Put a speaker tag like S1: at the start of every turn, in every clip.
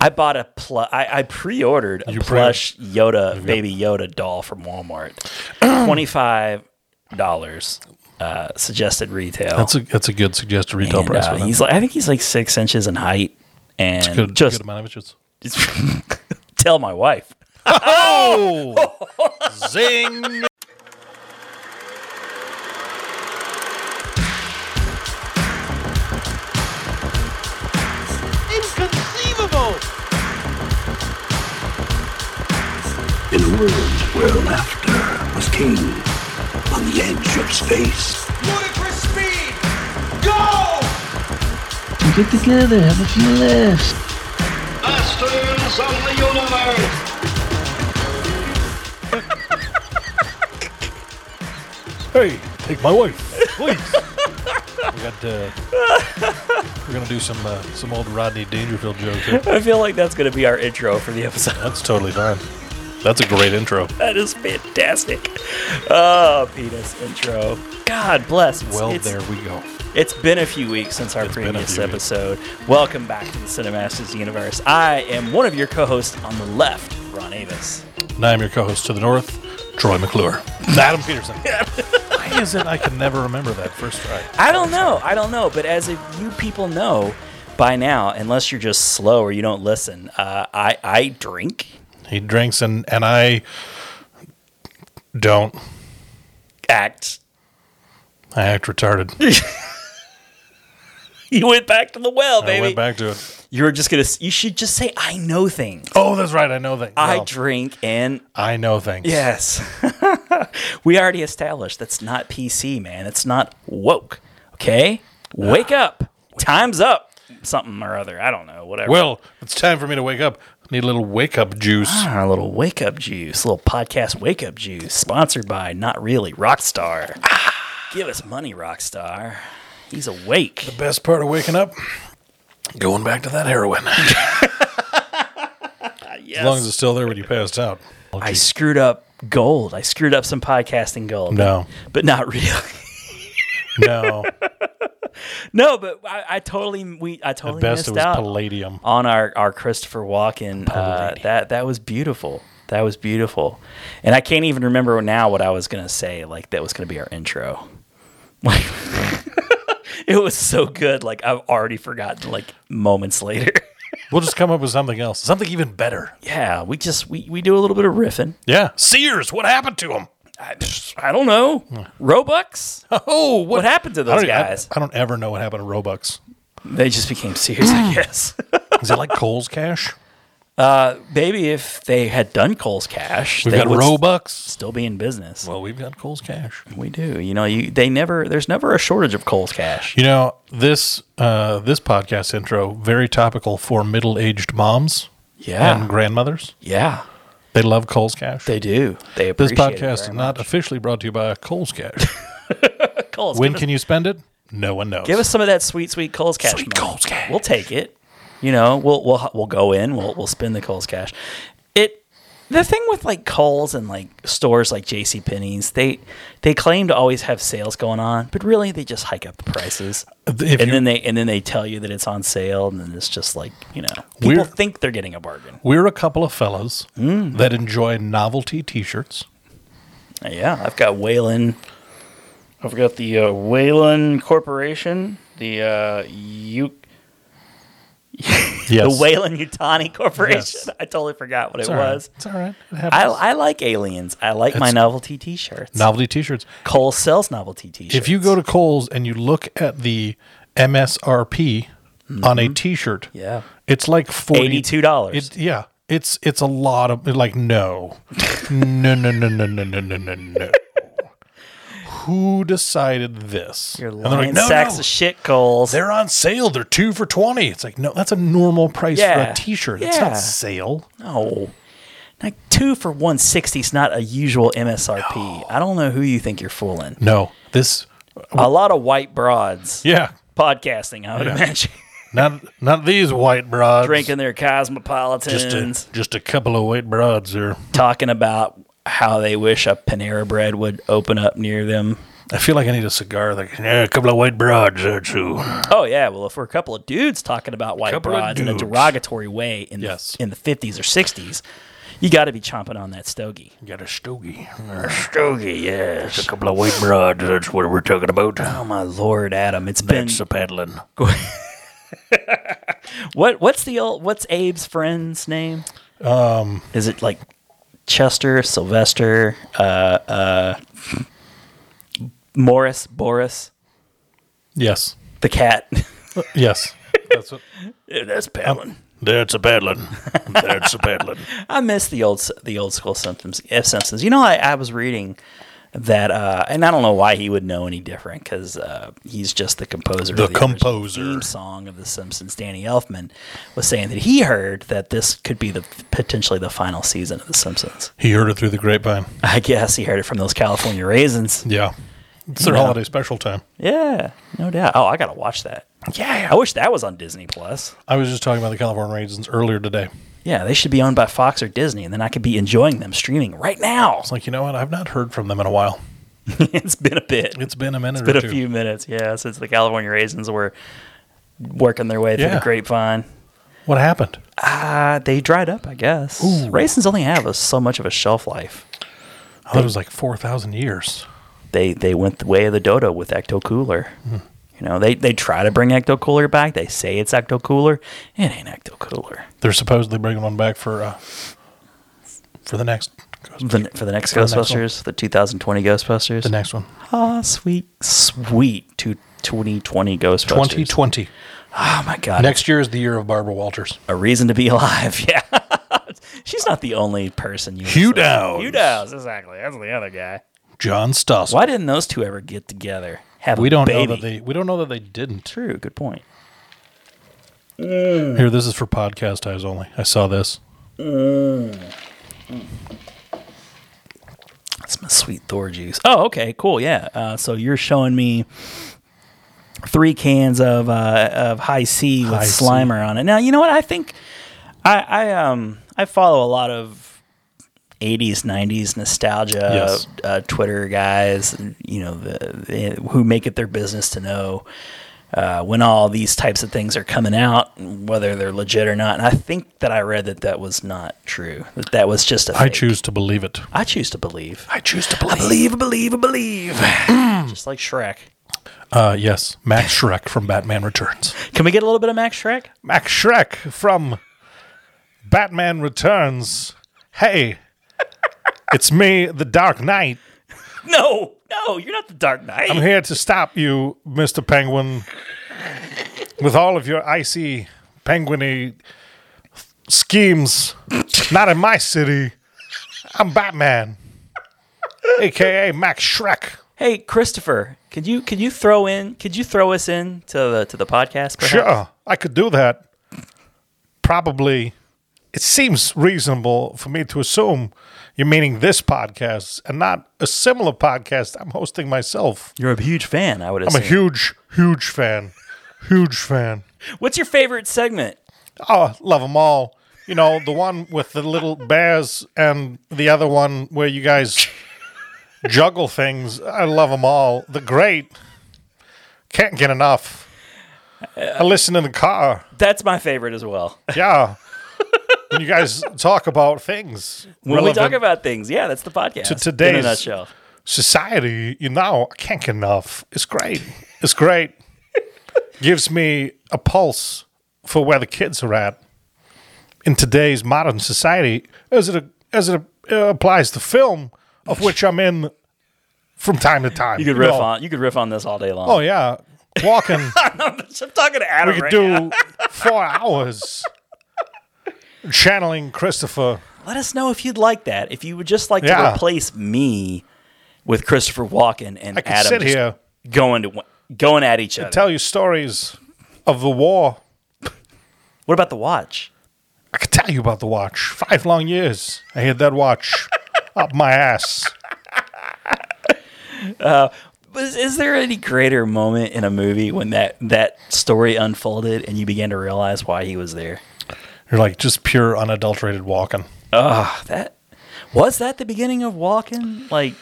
S1: I bought a pl- I, I pre-ordered a
S2: You pre-
S1: plush Yoda baby Yoda doll from Walmart. Twenty five dollars uh, suggested retail.
S2: That's a that's a good suggested retail
S1: And,
S2: price.
S1: uh,
S2: for that.
S1: he's like I think he's like six inches in height and
S2: good,
S1: just
S2: good amount of inches.
S1: tell my wife.
S2: Oh, zing!
S3: Inconceivable!
S4: in a world where laughter was king on the edge of space.
S3: Ludicrous speed! Go!
S5: Get together, have a few laughs.
S4: Masters of the universe!
S2: Hey, take my wife, please. we got uh, we're gonna do some uh, some old Rodney Dangerfield jokes. here.
S1: I feel like that's going to be our intro for the episode.
S2: That's totally fine. That's a great intro.
S1: That is fantastic. Oh, penis intro. God bless. It's-
S2: Well,
S1: it's,
S2: there we go.
S1: It's been a few weeks since our
S2: It's been a
S1: previous
S2: few weeks.
S1: episode. Welcome back to the Cinemasters Universe. I am one of your co-hosts on the left, Ron Avis.
S2: And I am your co-host to the north, Troy McClure, Adam Peterson. Why is it I can never remember that first try?
S1: I don't know. I don't know. But as if you people know by now, unless you're just slow or you don't listen, uh, I I drink.
S2: He drinks and and I don't.
S1: Act.
S2: I act retarded.
S1: You went back to the well,
S2: I
S1: baby.
S2: went back to it.
S1: You were just gonna. s- You should just say I know things.
S2: Oh, that's right. I know that.
S1: I
S2: Well,
S1: drink and
S2: I know things.
S1: Yes. we already established that's not PC, man. It's not woke. Okay? Wake up. Time's up. Something or other. I don't know. Whatever.
S2: Well, it's time for me to wake up. Need a little wake up juice.
S1: our Ah, little wake up juice, little podcast wake up juice, sponsored by Not Really Rockstar.
S2: Ah.
S1: Give us money, Rockstar. He's awake.
S2: Best part of waking up, going back to that heroin. As long as it's still there when you passed out.
S1: I screwed up gold. I screwed up some podcasting gold.
S2: No,
S1: But not really.
S2: no.
S1: No, but I, I totally we I
S2: At
S1: totally
S2: best,
S1: missed
S2: it was
S1: out.
S2: palladium.
S1: on our, our Christopher Walken. Uh, that that was beautiful. That was beautiful, and I can't even remember now what I was gonna say. Like that was gonna be our intro. Like it was so good. Like I've already forgotten. Like moments later.
S2: We'll just come up with something else, something even better.
S1: yeah, we just we, we do a little bit of riffing.
S2: Yeah. Sears, what happened to him?
S1: I, I don't know. Roebucks.
S2: Oh,
S1: What happened to those
S2: I don't, I-
S1: guys?
S2: I, don't ever know what happened to Robux.
S1: They just became serious. I guess.
S2: Is it like Cole's cash?
S1: Maybe if they had done Cole's cash,
S2: We've
S1: they
S2: got
S1: would
S2: Robux.
S1: still be in business.
S2: Well, we've got Cole's cash.
S1: We do. You know, you they never there's never a shortage of Cole's cash.
S2: You know this uh, this podcast intro very topical for middle aged moms
S1: Yeah.
S2: and grandmothers.
S1: yeah.
S2: They love Cole's cash.
S1: They do. They
S2: This
S1: appreciate
S2: podcast is
S1: it
S2: not officially brought to you by Cole's Cash.
S1: Cole's.
S2: when
S1: give,
S2: can you spend it? No one knows.
S1: us, give us some of that sweet sweet Cole's cash.
S2: Sweet
S1: money.
S2: Cole's cash.
S1: We'll take it. You know, we'll we'll we'll go in, we'll we'll spend the Cole's cash. It the thing with like Cole's and like stores like JC Penney's, they they claim to always have sales going on, but really they just hike up the prices.
S2: If
S1: and
S2: you-
S1: then they and then they tell you that it's on sale and then it's just like, you know, people
S2: We're-
S1: think they're getting a bargain.
S2: We're a couple of fellas
S1: Mm.
S2: that enjoy novelty T-shirts.
S1: Yeah, I've got Whalen. I've got the uh, Whalen Corporation, the uh, U-
S2: Yes,
S1: the Whalen Utani Corporation.
S2: Yes.
S1: I totally forgot what
S2: It's
S1: it
S2: all right.
S1: was.
S2: It's all right.
S1: I,
S2: It happens.
S1: I like aliens. I like my
S2: It's-
S1: novelty T-shirts.
S2: novelty T-shirts.
S1: Cole sells novelty T-shirts.
S2: If you go to Cole's and you look at the MSRP on a T-shirt,
S1: Mm-hmm. yeah,
S2: it's like forty
S1: eighty-two dollars.
S2: It, yeah, it's it's a lot of like no, no, no, no, no, no, no, no, no, no. Who decided this?
S1: You're
S2: And
S1: lying sacks of shit, Coles.
S2: they're on sale. They're two for twenty. It's like no, that's a normal price for
S1: Yeah.
S2: a T-shirt. It's not
S1: Yeah.
S2: sale.
S1: No. Like two for one sixty is not a usual MSRP. I don't know who you think you're fooling.
S2: No, this.
S1: A lot of white broads
S2: Yeah,
S1: podcasting, I would imagine.
S2: not not these white broads.
S1: drinking their cosmopolitans,
S2: just a, just a couple of white broads there.
S1: talking about how they wish a Panera Bread would open up near them
S2: I feel like I need a cigar. Like yeah, a couple of white broads, that's you.
S1: Oh yeah, well, if we're a couple of dudes talking about white
S2: Couple of
S1: broads in a
S2: dudes.
S1: derogatory way in
S2: Yes.
S1: the, in the fifties or sixties, you got to be chomping on that stogie.
S2: Got a stogie.
S1: Stogie, yes.
S2: A couple of white broads. That's what we're talking about.
S1: Oh my lord, Adam, it's been
S2: That's the paddling.
S1: what? What's the old? What's Abe's friend's name? Um, is it like Chester, Sylvester, uh, uh, Morris, Boris,
S2: Yes.
S1: the cat?
S2: Yes. That's what.
S1: Yeah, that's paddling.
S2: That's a paddling. That's a paddling.
S1: I miss the old the old school Simpsons. F Simpsons. You know, I, I was reading that, uh, and I don't know why he would know any different because uh, he's just the composer.
S2: The
S1: of original
S2: composer.
S1: theme song of the Simpsons. Danny Elfman was saying that he heard that this could be the potentially the final season of the Simpsons.
S2: He heard it through the grapevine.
S1: I guess he heard it from those California raisins.
S2: Yeah. It's their
S1: No.
S2: holiday special time.
S1: Yeah, no doubt. Oh, I gotta watch that. Yeah, I wish that was on Disney Plus.
S2: I was just talking about the California Raisins earlier today.
S1: Yeah, they should be owned by Fox or Disney, and then I could be enjoying them streaming right now.
S2: It's like, you know what? I've not heard from them in a while.
S1: it's been a bit.
S2: It's been a minute
S1: It's been
S2: or
S1: a
S2: two.
S1: few minutes, yeah, since the California Raisins were working their way through
S2: Yeah.
S1: the grapevine.
S2: What happened?
S1: Uh, they dried up, I guess. Raisins only have a, so much of a shelf life.
S2: I thought it was like 4,000 years.
S1: They they went the way of the dodo with Ecto Cooler.
S2: Hmm.
S1: You know, they, they try to bring Ecto Cooler back. They say it's Ecto Cooler. It ain't Ecto Cooler.
S2: They're supposedly bringing one back for uh, for the next
S1: The, ne- for the next
S2: For the next one.
S1: Ghostbusters, the 2020 Ghostbusters.
S2: the next one.
S1: Ah, sweet, sweet to 2020 Ghostbusters.
S2: 2020.
S1: Oh, my God.
S2: Next year is the year of Barbara Walters.
S1: a reason to be alive. Yeah. She's not the only person you
S2: Hugh Downs.
S1: Hugh Downs, exactly. That's the other guy.
S2: John Stossel.
S1: Why didn't those two ever get together? Have
S2: We
S1: a
S2: don't
S1: baby?
S2: know that they we don't know that they didn't.
S1: True. Good point.
S2: Here, this is for podcast eyes only. I saw this.
S1: That's my sweet Thor juice. Oh, okay, cool. Yeah. Uh, so you're showing me three cans of uh, of high C with
S2: High C.
S1: Slimer on it. Now you know what I think. I, I um I follow a lot of 80s 90s nostalgia
S2: Yes.
S1: uh, Twitter guys you know the, the, who make it their business to know uh, when all these types of things are coming out whether they're legit or not and I think that I read that that was not true that that was just a
S2: I
S1: fake.
S2: choose to believe it.
S1: I choose to believe
S2: I choose to believe.
S1: Believe, believe, believe. Just like Shrek.
S2: Uh, yes, Max Shrek from Batman Returns.
S1: Can we get a little bit of Max Shrek?
S2: Max Shrek from Batman Returns. Hey, it's me, the Dark Knight.
S1: No, no, you're not the Dark Knight.
S2: I'm here to stop you, Mr. Penguin, with all of your icy penguiny schemes. Not in my city. I'm Batman, aka Max Shrek.
S1: hey, Christopher, could you could you throw in could you throw us in to the to the podcast? Perhaps?
S2: Sure, I could do that. Probably. It seems reasonable for me to assume you're meaning this podcast and not a similar podcast I'm hosting myself.
S1: You're a huge fan, I would
S2: I'm a
S1: assume.
S2: huge, huge fan. Huge fan.
S1: What's your favorite segment?
S2: Oh, love them all. You know, the one with the little bears and the other one where you guys juggle things. I love them all. The great. Can't get enough. I listen in the car.
S1: That's my favorite as well.
S2: Yeah. when you guys talk about things
S1: When we talk
S2: relevant
S1: about things, yeah, that's the podcast.
S2: To
S1: in a
S2: today's-
S1: nutshell.
S2: society, you know, I can't get enough. It's great. It's great. Gives me a pulse for where the kids are at in today's modern society as it as it uh, applies to film, of which I'm in from time to time.
S1: You could riff
S2: know.
S1: on you could riff on this all day long.
S2: Oh yeah, walking.
S1: I'm talking to Adam
S2: we could
S1: right
S2: do
S1: now.
S2: four hours. Channeling Christopher.
S1: Let us know if you'd like that. If you would just like to
S2: Yeah.
S1: replace me with Christopher Walken and
S2: I could
S1: Adam
S2: sit
S1: just
S2: here.
S1: going to going at each other.
S2: tell you stories of the war.
S1: what about the watch?
S2: I could tell you about the watch. Five long years. I had that watch up my ass.
S1: Is, is there any greater moment in a movie when that that story unfolded and you began to realize why he was there?
S2: You're like just pure
S1: Ah,
S2: unadulterated walking.
S1: That was that the beginning of Walken? Like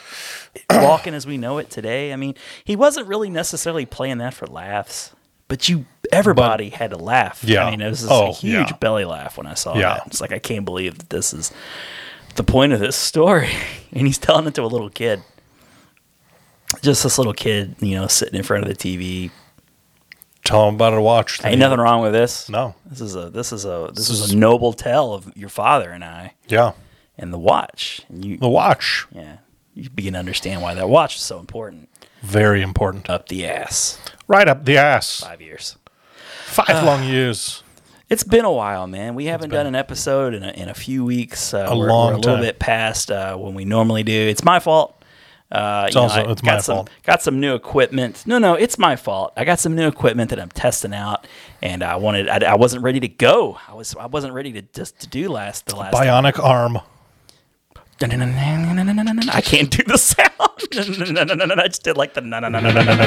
S1: walking as we know it today. I mean, he wasn't really necessarily playing that for laughs, but you everybody had to laugh.
S2: Yeah.
S1: I mean, it was just
S2: Oh,
S1: a huge
S2: yeah.
S1: belly laugh when I saw
S2: Yeah.
S1: that. It's like I can't believe that this is the point of this story, and he's telling it to a little kid. Just this little kid, you know, sitting in front of the TV.
S2: Tell him about it. Watch.
S1: Ain't nothing wrong with this.
S2: No.
S1: This is a this is a this, is a noble tale of your father and I
S2: Yeah.
S1: and the watch. And you
S2: The watch.
S1: yeah, you begin to understand why that watch is so important.
S2: Very important.
S1: Up the ass.
S2: Right up the ass.
S1: Five years. Uh,
S2: Five long years.
S1: It's been a while, man. We haven't done an episode in a, in a few weeks. Uh,
S2: A
S1: we're,
S2: long
S1: we're a little
S2: time.
S1: bit past uh, when we normally do. It's my fault. Uh, it's
S2: also- it's
S1: got
S2: my
S1: some,
S2: fault.
S1: Got some new equipment. No, no, it's my fault. I got some new equipment that I'm testing out, and I wanted. I, I wasn't ready to go. I was. I wasn't ready to just to do last the last.
S2: Bionic arm.
S1: I can't do the sound. I just did like the na na na na na na na na.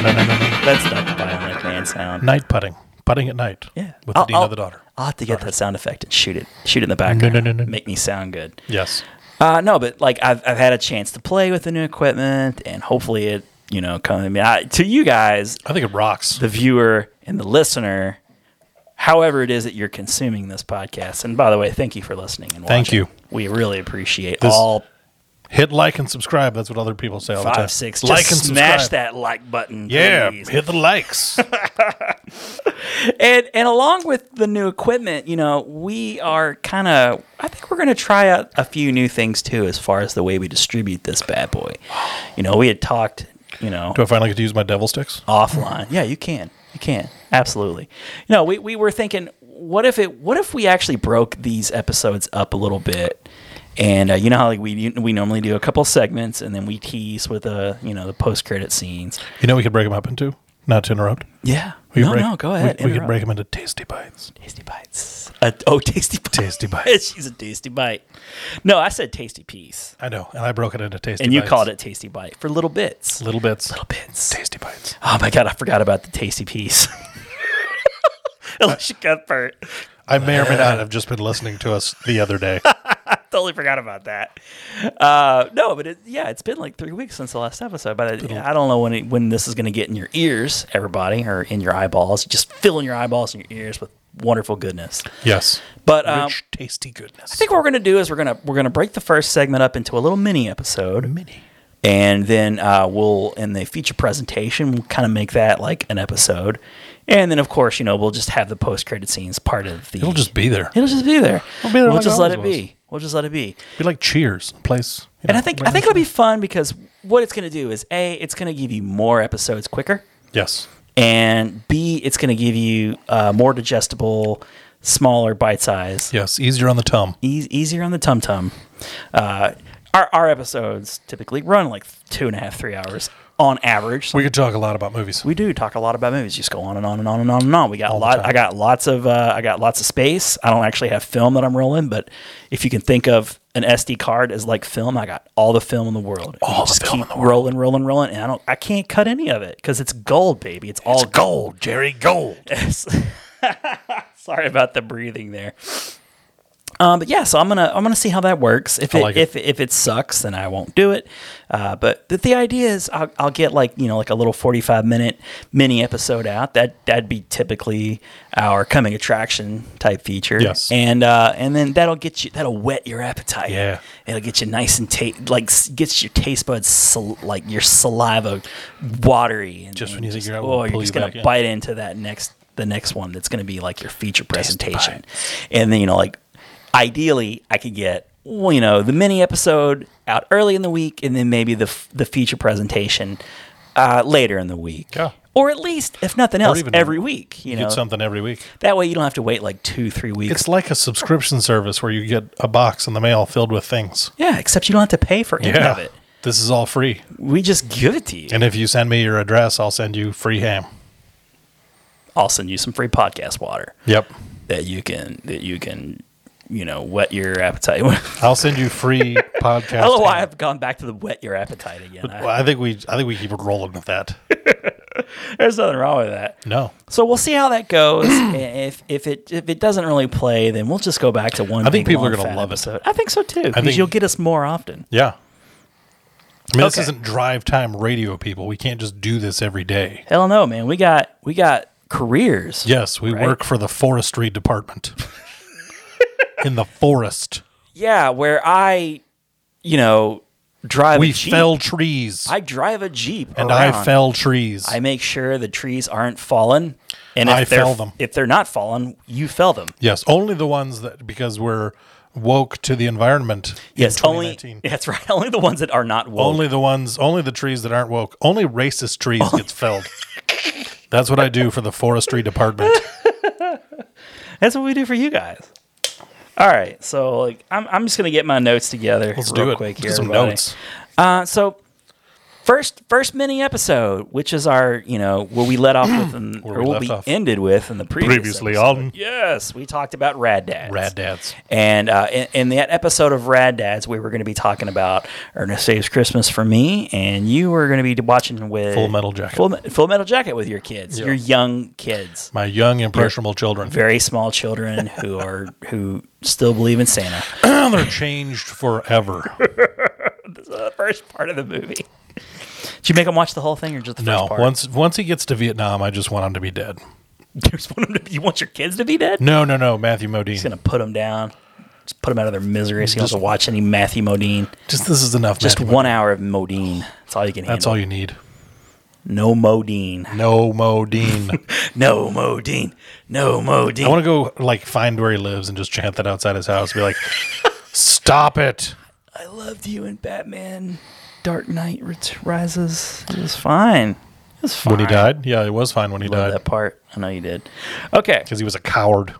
S1: That's not the Bionic Man sound.
S2: Night putting. Putting at night.
S1: Yeah,
S2: With the dean of the daughter.
S1: I'll have to get that sound effect and shoot it, shoot it in the background.
S2: no, no, no.
S1: Make me sound good.
S2: Yes.
S1: Uh, no, but like I've, I've had a chance to play with the new equipment, and hopefully it you know comes. I mean, I, to you guys,
S2: I think it rocks.
S1: the viewer and the listener, however it is that you're consuming this podcast. And by the way, thank you for listening and
S2: Thank
S1: watching.
S2: you.
S1: We really appreciate
S2: This-
S1: all
S2: Hit like and subscribe. That's what other people say all the time.
S1: five, six.
S2: Like
S1: Just
S2: and
S1: smash
S2: subscribe.
S1: that like button.
S2: Yeah.
S1: please.
S2: Hit the likes.
S1: and and along with the new equipment, you know, we are kind of. I think we're going to try out a few new things too, as far as the way we distribute this bad boy. You know, we had talked. You know,
S2: Do I finally get to use my devil sticks?
S1: offline. Yeah, you can. You can. Absolutely. You know, we, we were thinking, what if it? What if we actually broke these episodes up a little bit? And uh, you know how like we we normally do a couple segments, and then we tease with the you know the post credit scenes.
S2: You know, we could break them up into. Not to interrupt.
S1: Yeah.
S2: We could
S1: no,
S2: break-
S1: no. Go ahead.
S2: We, we could
S1: interrupt.
S2: break them into tasty bites.
S1: Tasty bites. Uh, oh, tasty bites.
S2: Tasty bites.
S1: She's a tasty bite. No, I said tasty piece,
S2: I know, and I broke it into tasty.
S1: and you
S2: bites.
S1: called it tasty bite for little bits.
S2: little bits.
S1: Little bits.
S2: tasty bites.
S1: Oh my god, I forgot about the tasty piece. Alicia Cuthbert.
S2: I may or may not have just been listening to us the other day.
S1: Totally forgot about that. Uh, no, but it, yeah, it's been like three weeks since the last episode. But I, I don't know when it, when this is going to get in your ears, everybody, or in your eyeballs. Just filling your eyeballs and your ears with wonderful goodness.
S2: yes,
S1: But um,
S2: rich, tasty goodness.
S1: I think what we're gonna do is we're gonna we're gonna break the first segment up into a little mini episode. Mini. And then uh, we'll in the feature presentation we'll kind of make that like an episode, and then of course you know we'll just have the post credit scenes part of the.
S2: it'll just be there. It'll
S1: it'll just be there.
S2: It'll be there
S1: we'll
S2: like it
S1: just let it
S2: always
S1: be. We'll just let it be.
S2: be like Cheers, a place. you
S1: And
S2: know,
S1: I think
S2: right
S1: I think
S2: next
S1: it'll be fun because what it's gonna do is a it's gonna give you more episodes quicker
S2: to- yes,
S1: and B, it's going to give you uh, more digestible, smaller bite size,
S2: yes, easier on the tum.
S1: eas easier on the tum tum. Uh, our our episodes typically run like two and a half, three hours on average.
S2: We could talk a lot about movies.
S1: We do talk a lot about movies. Just go on and on and on and on and on. We got a
S2: the
S1: lot.
S2: time.
S1: I got lots of. Uh, I got lots of space. I don't actually have film that I'm rolling, but if you can think of an SD card as like film, I got all the film in the world. All
S2: the film in the world.
S1: rolling, rolling, rolling, and I don't. I can't cut any of it because it's gold, baby. It's all gold.
S2: Jerry Gold.
S1: Sorry about the breathing there. Um, but yeah, so I'm gonna I'm gonna see how that works. If
S2: I
S1: it,
S2: like it.
S1: if if it sucks, then I won't do it. Uh, but the, the idea is I'll, I'll get like you know like a little 45 minute mini episode out. That that'd be typically our coming attraction type feature.
S2: Yes.
S1: and uh, and then that'll get you that'll wet your appetite.
S2: Yeah.
S1: it'll get you nice and ta- like s- gets your taste buds sal- like your saliva watery. And,
S2: Just when
S1: and
S2: you think you're out, we'll
S1: oh,
S2: pull
S1: you're just
S2: you
S1: gonna
S2: back in.
S1: bite into that next the next one that's gonna be like your feature presentation, and then you know like ideally I could get well you know the mini episode out early in the week, and then maybe the f- the feature presentation uh, later in the week.
S2: Yeah.
S1: Or at least, if nothing else,
S2: even
S1: every week. You know,
S2: Get something every week.
S1: that way you don't have to wait like two, three weeks.
S2: It's like a subscription service where you get a box in the mail filled with things.
S1: yeah, except you don't have to pay for any of it.
S2: this is all free.
S1: We just give it to you.
S2: And if you send me your address, I'll send you free ham.
S1: I'll send you some free podcast water
S2: Yep.
S1: that you can that you can you know wet your appetite. with.
S2: I'll send you free podcast.
S1: I don't know why
S2: ham.
S1: I've gone back to the wet your appetite again. I-
S2: Well, I think we I think we keep rolling with that.
S1: there's nothing wrong with that.
S2: No.
S1: So we'll see how that goes. if if it if it doesn't really play, then we'll just go back to one.
S2: I think
S1: big,
S2: people are
S1: long,
S2: gonna
S1: fat
S2: love it.
S1: episode. I think so too. Because
S2: think-
S1: you'll get us more often.
S2: Yeah. I mean, this
S1: Okay.
S2: isn't drive time radio, people. We can't just do this every day.
S1: Hell no, man. We got we got careers.
S2: Yes, we
S1: Right.
S2: work for the forestry department in the forest.
S1: Yeah, where I, you know, drive
S2: We
S1: a jeep.
S2: fell trees,
S1: I drive a jeep
S2: and I
S1: around.
S2: fell trees.
S1: I make sure the trees aren't fallen, and if
S2: I
S1: they're
S2: fell them.
S1: if they're not fallen, you fell them.
S2: yes, only the ones that because we're woke to the environment. in
S1: Yes, only
S2: 2019.
S1: that's right. Only the ones that are not woke.
S2: Only the ones, only the trees that aren't woke. Only racist trees gets felled. That's what I do for the forestry department.
S1: That's what we do for you guys. All right, so like I'm, I'm just gonna get my notes together
S2: Let's
S1: real
S2: do it.
S1: quick
S2: Get
S1: here.
S2: some
S1: everybody.
S2: notes.
S1: Uh, so first first mini episode, which is our you know where we let off with and
S2: Where
S1: or
S2: we
S1: what
S2: left
S1: we
S2: off.
S1: ended with in the previous
S2: Previously
S1: episode.
S2: on-
S1: Yes, we talked about Rad Dads.
S2: Rad dads.
S1: And uh, in, in that episode of Rad Dads, we were going to be talking about Ernest Saves Christmas for me, and you were going to be watching with
S2: Full Metal Jacket.
S1: Full, Me- Full Metal Jacket with your kids, your young kids,
S2: My young impressionable children.
S1: very small children who are who still believe in Santa.
S2: They're changed forever.
S1: the first part of the movie. Did you make them watch the whole thing or just the
S2: No,
S1: first part?
S2: once once he gets to Vietnam, I just want him to be dead.
S1: you, just want 'em to be- you want your kids to be dead?
S2: No, no, no, Matthew Modine.
S1: Just gonna put them down. Just put them out of their misery. So you don't have to watch any Matthew Modine.
S2: Just this is enough.
S1: Just
S2: Matthew
S1: one
S2: Modine.
S1: hour of Modine. That's all you can handle.
S2: That's all you need.
S1: No Modine.
S2: No Modine.
S1: No Modine. No Modine.
S2: I want to go like find where he lives and just chant that outside his house. Be like, stop it.
S1: I loved you in Batman Dark Knight Ret- Rises. It was fine. It was fine.
S2: When he died, yeah, it was fine when he
S1: Love
S2: died
S1: that part. I know you did. Okay.
S2: because he was a coward.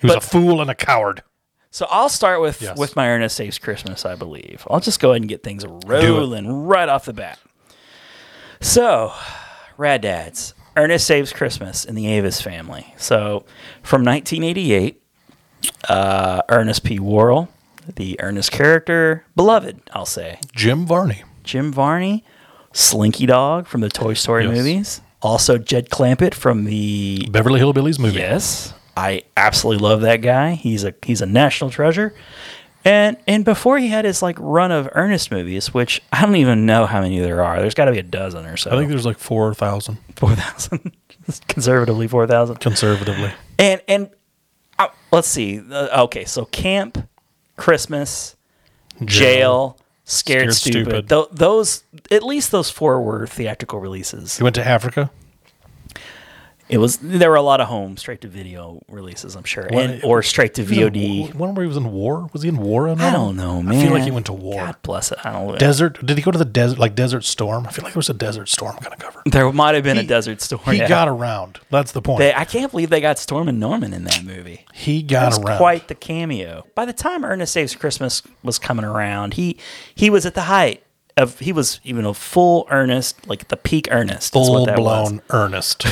S2: He was
S1: But-
S2: a fool and a coward.
S1: So I'll start with
S2: Yes.
S1: with my Ernest Saves Christmas, I believe. I'll just go ahead and get things rolling right off the bat. So, Rad Dads, Ernest Saves Christmas in the Avis family. So, from 1988, uh, Ernest P. Worrell, the Ernest character, beloved, I'll say,
S2: Jim Varney.
S1: Jim Varney, Slinky Dog from the Toy Story
S2: Yes.
S1: movies, also Jed Clampett from the
S2: Beverly Hillbillies movie.
S1: Yes, I absolutely love that guy. He's a he's a national treasure. And and before he had his like run of Ernest movies, which I don't even know how many there are. There's got to be a dozen or so.
S2: I think there's like 4,000
S1: four thousand, conservatively four thousand.
S2: conservatively.
S1: And and uh, let's see. Uh, okay, so camp, Christmas, jail, scared,
S2: Scared
S1: stupid.
S2: Stupid.
S1: Tho- those at least those four were theatrical releases.
S2: He went to Africa.
S1: It was there were a lot of home straight to video releases, I'm sure, and, or straight to
S2: He was in-
S1: VOD.
S2: One where he was in war. Was he in war? on
S1: I
S2: that
S1: don't
S2: one?
S1: know, man.
S2: I feel like he went to war.
S1: God bless it. I don't know.
S2: Desert? Did he go to the desert? Like Desert Storm? I feel like there was a Desert Storm kind of cover.
S1: there might have been a
S2: He-
S1: desert storm.
S2: He
S1: yeah.
S2: got around. That's the point.
S1: They- I can't believe they got Storm and Norman in that movie.
S2: he got
S1: That's
S2: around.
S1: quite the cameo. By the time Ernest Saves Christmas was coming around, he he was at the height of he was you know full Ernest, like the peak Ernest. is
S2: full
S1: what that was.
S2: blown earnest.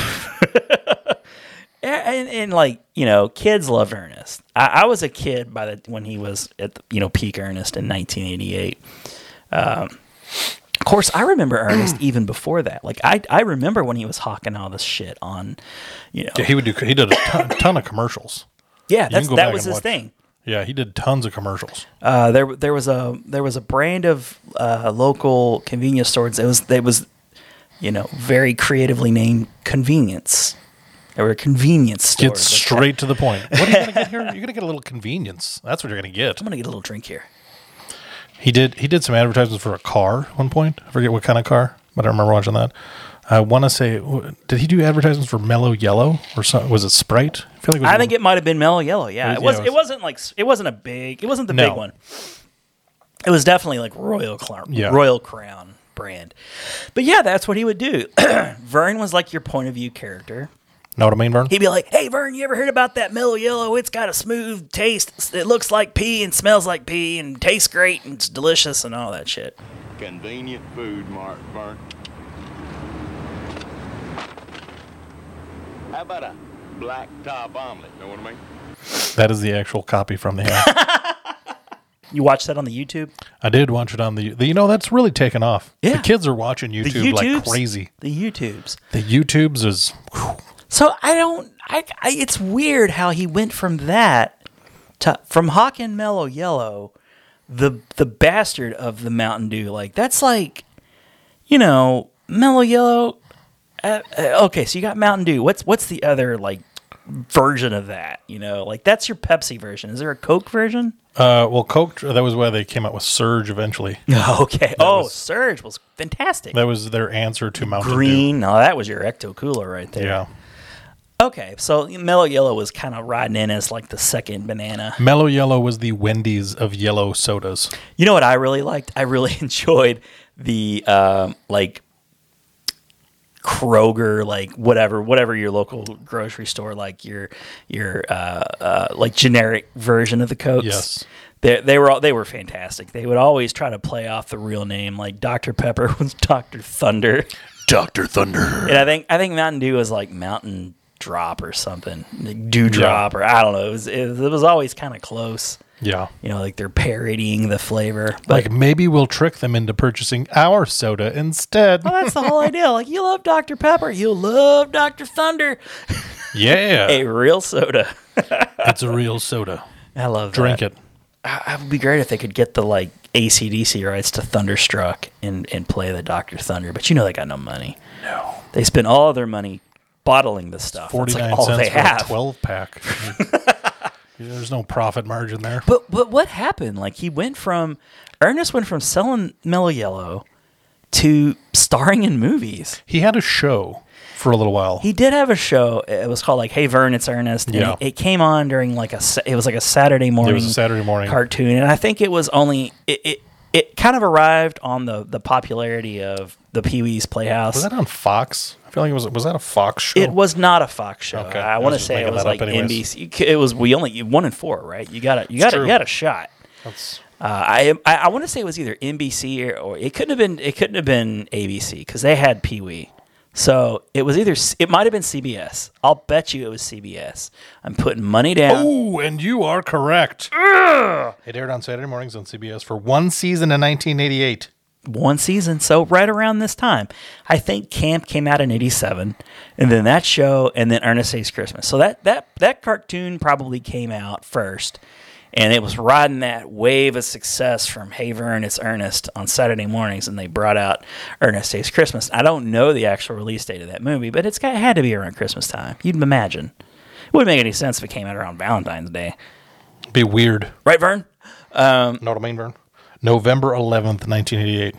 S1: Yeah, and, and like you know, kids loved Ernest. I, I was a kid by the when he was at the, you know peak Ernest in 1988. Um, of course, I remember Ernest even before that. Like I, I remember when he was hawking all this shit on, you know,
S2: Yeah, he would do. He did a ton, ton of commercials.
S1: yeah,
S2: can
S1: that's,
S2: go
S1: that
S2: back
S1: was
S2: and
S1: his
S2: watch.
S1: thing.
S2: Yeah, he did tons of commercials.
S1: Uh, there there was a there was a brand of uh, local convenience stores. It was that was, you know, very creatively named convenience. There were convenience stores.
S2: Get
S1: Like,
S2: straight to the point. What are you gonna get here? You're gonna get a little convenience. That's what you're gonna get.
S1: I'm gonna get a little drink here.
S2: He did. He did some advertisements for a car at one point. I forget what kind of car, but I remember watching that. I want to say, w- did he do advertisements for Mellow Yellow or some, was it Sprite? I feel like it was
S1: I think it might have been mellow yellow. Yeah,
S2: It
S1: it
S2: was-
S1: was.
S2: yeah,
S1: It,
S2: it was-
S1: was, not like s- it wasn't a big. It wasn't the
S2: No.
S1: big one. It was definitely like Royal Crown.
S2: Yeah.
S1: Royal Crown brand. But yeah, that's what he would do. Vern was like your point of view character.
S2: Know what I mean, Vern?
S1: He'd be like, "Hey, Vern, you ever heard about that mellow yellow? It's got a smooth taste. It looks like pee and smells like pee and tastes great and it's delicious and all that shit."
S6: Convenient food mart, Bert. How about a black top omelet? Know what I mean?
S2: That is the actual copy from the ad.
S1: You watch that on the YouTube.
S2: I did watch it on the, the. You know, that's really taken off.
S1: Yeah.
S2: The kids are watching
S1: The
S2: YouTube like
S1: YouTubes?
S2: crazy.
S1: The YouTubes.
S2: The YouTubes is.
S1: So I don't. I, I it's weird how he went from that to from Hawk and Mellow Yellow the the bastard of the Mountain Dew. Like that's like, you know, mellow yellow. Uh, uh, okay, so you got Mountain Dew. What's what's the other like version of that? You know, like that's your Pepsi version. Is there a Coke version?
S2: Uh, well, Coke. That was where they came out with Surge eventually.
S1: okay. oh,
S2: was-
S1: Surge was fantastic.
S2: That was their answer to Mountain
S1: Green. No, that was your Ecto Cooler right
S2: Dew.
S1: there.
S2: Yeah,
S1: Okay, so mellow yellow was kind of riding in as like the second banana.
S2: Mellow Yellow was the Wendy's of yellow sodas.
S1: You know what I really liked? I really enjoyed the um, like Kroger, like whatever, whatever your local grocery store, like your your uh, uh, like generic version of the Cokes.
S2: Yes.
S1: They, they were all, they were fantastic. They would always try to play off the real name, like Dr Pepper was Dr Thunder,
S4: Dr. Thunder.
S1: and I think I think Mountain Dew was like Mountain Drop or something, like Dew Drop or I don't know. It was it, was- it was always kind of close,
S2: Yeah,
S1: you know, like they're parodying the flavor. But
S2: like maybe we'll trick them into purchasing our soda instead.
S1: Well, that's the whole idea. Like you love Dr. Pepper, you love Dr. Thunder.
S2: yeah,
S1: A real soda.
S2: it's a real soda.
S1: I love that.
S2: Drink it.
S1: I, I would be great if they could get the like ACDC rights to Thunderstruck and and play the Dr. Thunder, but you know they got no money. No. They spend all their money bottling this stuff. That's
S2: Forty nine
S1: like all
S2: cents
S1: they
S2: for
S1: have.
S2: a twelve pack. There's no profit margin there.
S1: But but what happened? Like he went from Ernest went from selling Mellow Yellow to starring in movies.
S2: He had a show for a little while.
S1: He did have a show. It was called like Hey Vern, it's Ernest. And
S2: Yeah.
S1: it, it came on during like a sa- it was like a Saturday morning.
S2: Saturday morning.
S1: cartoon, and I think it was only it. it it kind of arrived on the, the popularity of the Pee Wee's Playhouse.
S2: was that on Fox? I feel like it was. Was that a Fox show?
S1: it was not a Fox show.
S2: Okay. I
S1: I
S2: was
S1: want to
S2: just
S1: say it
S2: making
S1: was
S2: that up
S1: like
S2: anyways.
S1: NBC. It was we only one in four, right? You got a you got a,
S2: true.
S1: you got a shot.
S2: That's-
S1: Uh, I I, I want to say it was either NBC or, or it couldn't have been it couldn't have been ABC because they had Pee Wee. So it was either C- it might have been CBS. I'll bet you it was CBS. I'm putting money down.
S2: Ooh, and you are correct. It aired on Saturday mornings on CBS for one season in 1988.
S1: one season. So right around this time, I think Camp came out in '87, and then that show, and then Ernest Saves Christmas. So that that that cartoon probably came out first, and it was riding that wave of success from Hey Vern, It's Ernest on Saturday mornings, and they brought out Ernest Saves Christmas. I don't know the actual release date of that movie, but it's got had to be around Christmas time. You'd imagine. It wouldn't make any sense if it came out around Valentine's Day,
S2: Be weird.
S1: right, Vern?
S2: Not a main burn. November 11th, 1988.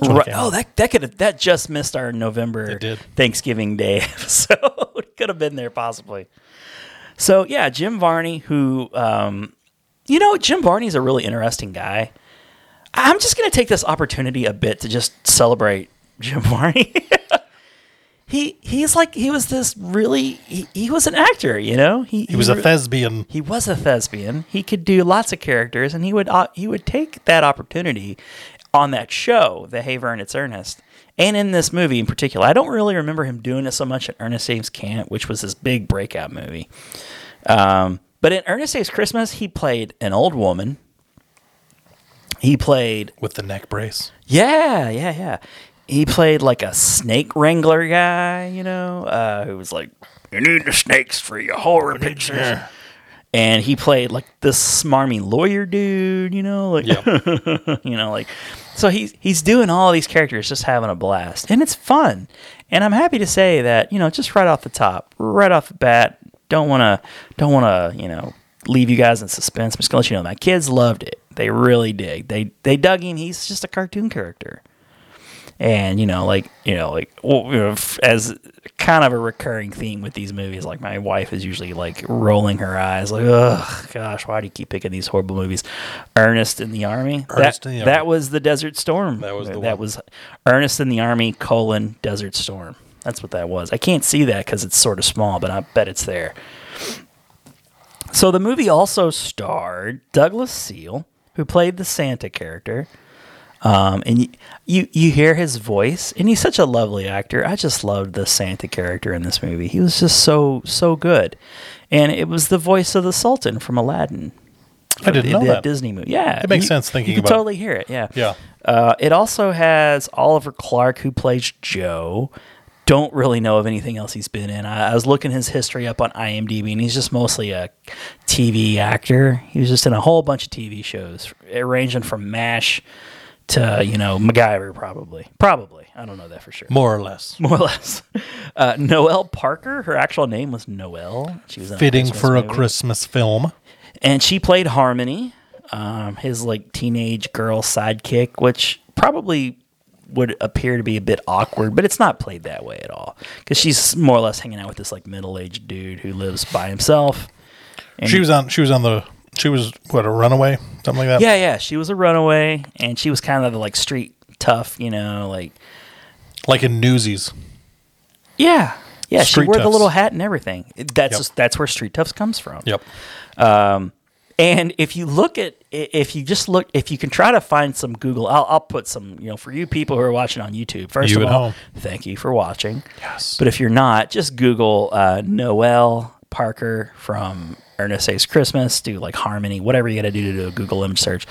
S2: when it
S1: Right.
S2: came
S1: Oh,
S2: out.
S1: that that could have that just missed our November
S2: It did.
S1: Thanksgiving Day episode. could have been there possibly. So yeah, Jim Varney, who um, you know, Jim Varney's a really interesting guy. I- I'm just gonna take this opportunity a bit to just celebrate Jim Varney. he he's like he was this really he, he was an actor, you know. He
S2: He was a thespian.
S1: he was a thespian. He could do lots of characters, and he would uh, he would take that opportunity on that show, The Haver and Its Ernest, and in this movie in particular. I don't really remember him doing it so much in Ernest Saves Camp, which was his big breakout movie. Um, but in Ernest Saves Christmas, he played an old woman. He played
S2: With the neck brace.
S1: yeah, yeah, yeah. He played like a snake wrangler guy, you know, uh, who was like, "You need the snakes for your horror pictures." And he played like this smarmy lawyer dude, you know, like you know, like so he's he's doing all these characters, just having a blast, and it's fun. And I'm happy to say that you know, just right off the top, right off the bat, don't want to don't want to you know leave you guys in suspense. I'm just gonna let you know my kids loved it. They really did. They they dug him. He's just a cartoon character and you know like you know like well, you know, f- as kind of a recurring theme with these movies like my wife is usually like rolling her eyes like oh gosh why do you keep picking these horrible movies ernest in the army
S2: Ernest
S1: that,
S2: in the
S1: that
S2: Army.
S1: was the desert storm
S2: That was the
S1: that
S2: one.
S1: was ernest in the army colon desert storm that's what that was i can't see that because it's sort of small but i bet it's there so the movie also starred douglas seal who played the santa character um, and you, you you hear his voice, and he's such a lovely actor. I just loved the Santa character in this movie. He was just so so good, and it was the voice of the Sultan from Aladdin.
S2: I didn't
S1: the,
S2: know
S1: the
S2: that.
S1: Disney movie. Yeah,
S2: It makes
S1: you-
S2: sense thinking
S1: you can
S2: about it.
S1: totally hear it. Yeah,
S2: Yeah.
S1: Uh, it also has Oliver Clark who plays Joe. don't really know of anything else he's been in. I, I was looking his history up on IMDb, and he's just mostly a TV actor. He was just in a whole bunch of TV shows, eh, ranging from MASH to you know MacGyver, probably. Probably, I don't know that for sure.
S7: more or less.
S1: More or less. Uh, Noelle Parker. Her actual name was Noelle. She was in
S7: Fitting for a
S1: movie.
S7: Christmas film.
S1: and she played Harmony, um, his like teenage girl sidekick, which probably would appear to be a bit awkward, but it's not played that way at all because she's more or less hanging out with this like middle aged dude who lives by himself. And
S2: She was on. She was on the. She was what a runaway, something like that.
S1: yeah, yeah. She was a runaway, and she was kind of like street tough, you know, like
S2: like in Newsies.
S1: yeah. Yeah,
S2: Street
S1: she wore the
S2: toughs.
S1: little hat and everything. It- That's
S2: Yep.
S1: just, that's where street toughs comes from.
S2: Yep.
S1: And if you look at, i- if you just look, if you can try to find some Google, I'll, I'll put some, you know, for you people who are watching on YouTube, first
S2: You
S1: of
S2: at
S1: all,
S2: home.
S1: thank you for watching. Yes. But if you're not, just Google uh, Noel Parker from Ernest Saves Christmas, do like Harmony, whatever you got to do to do a Google image search.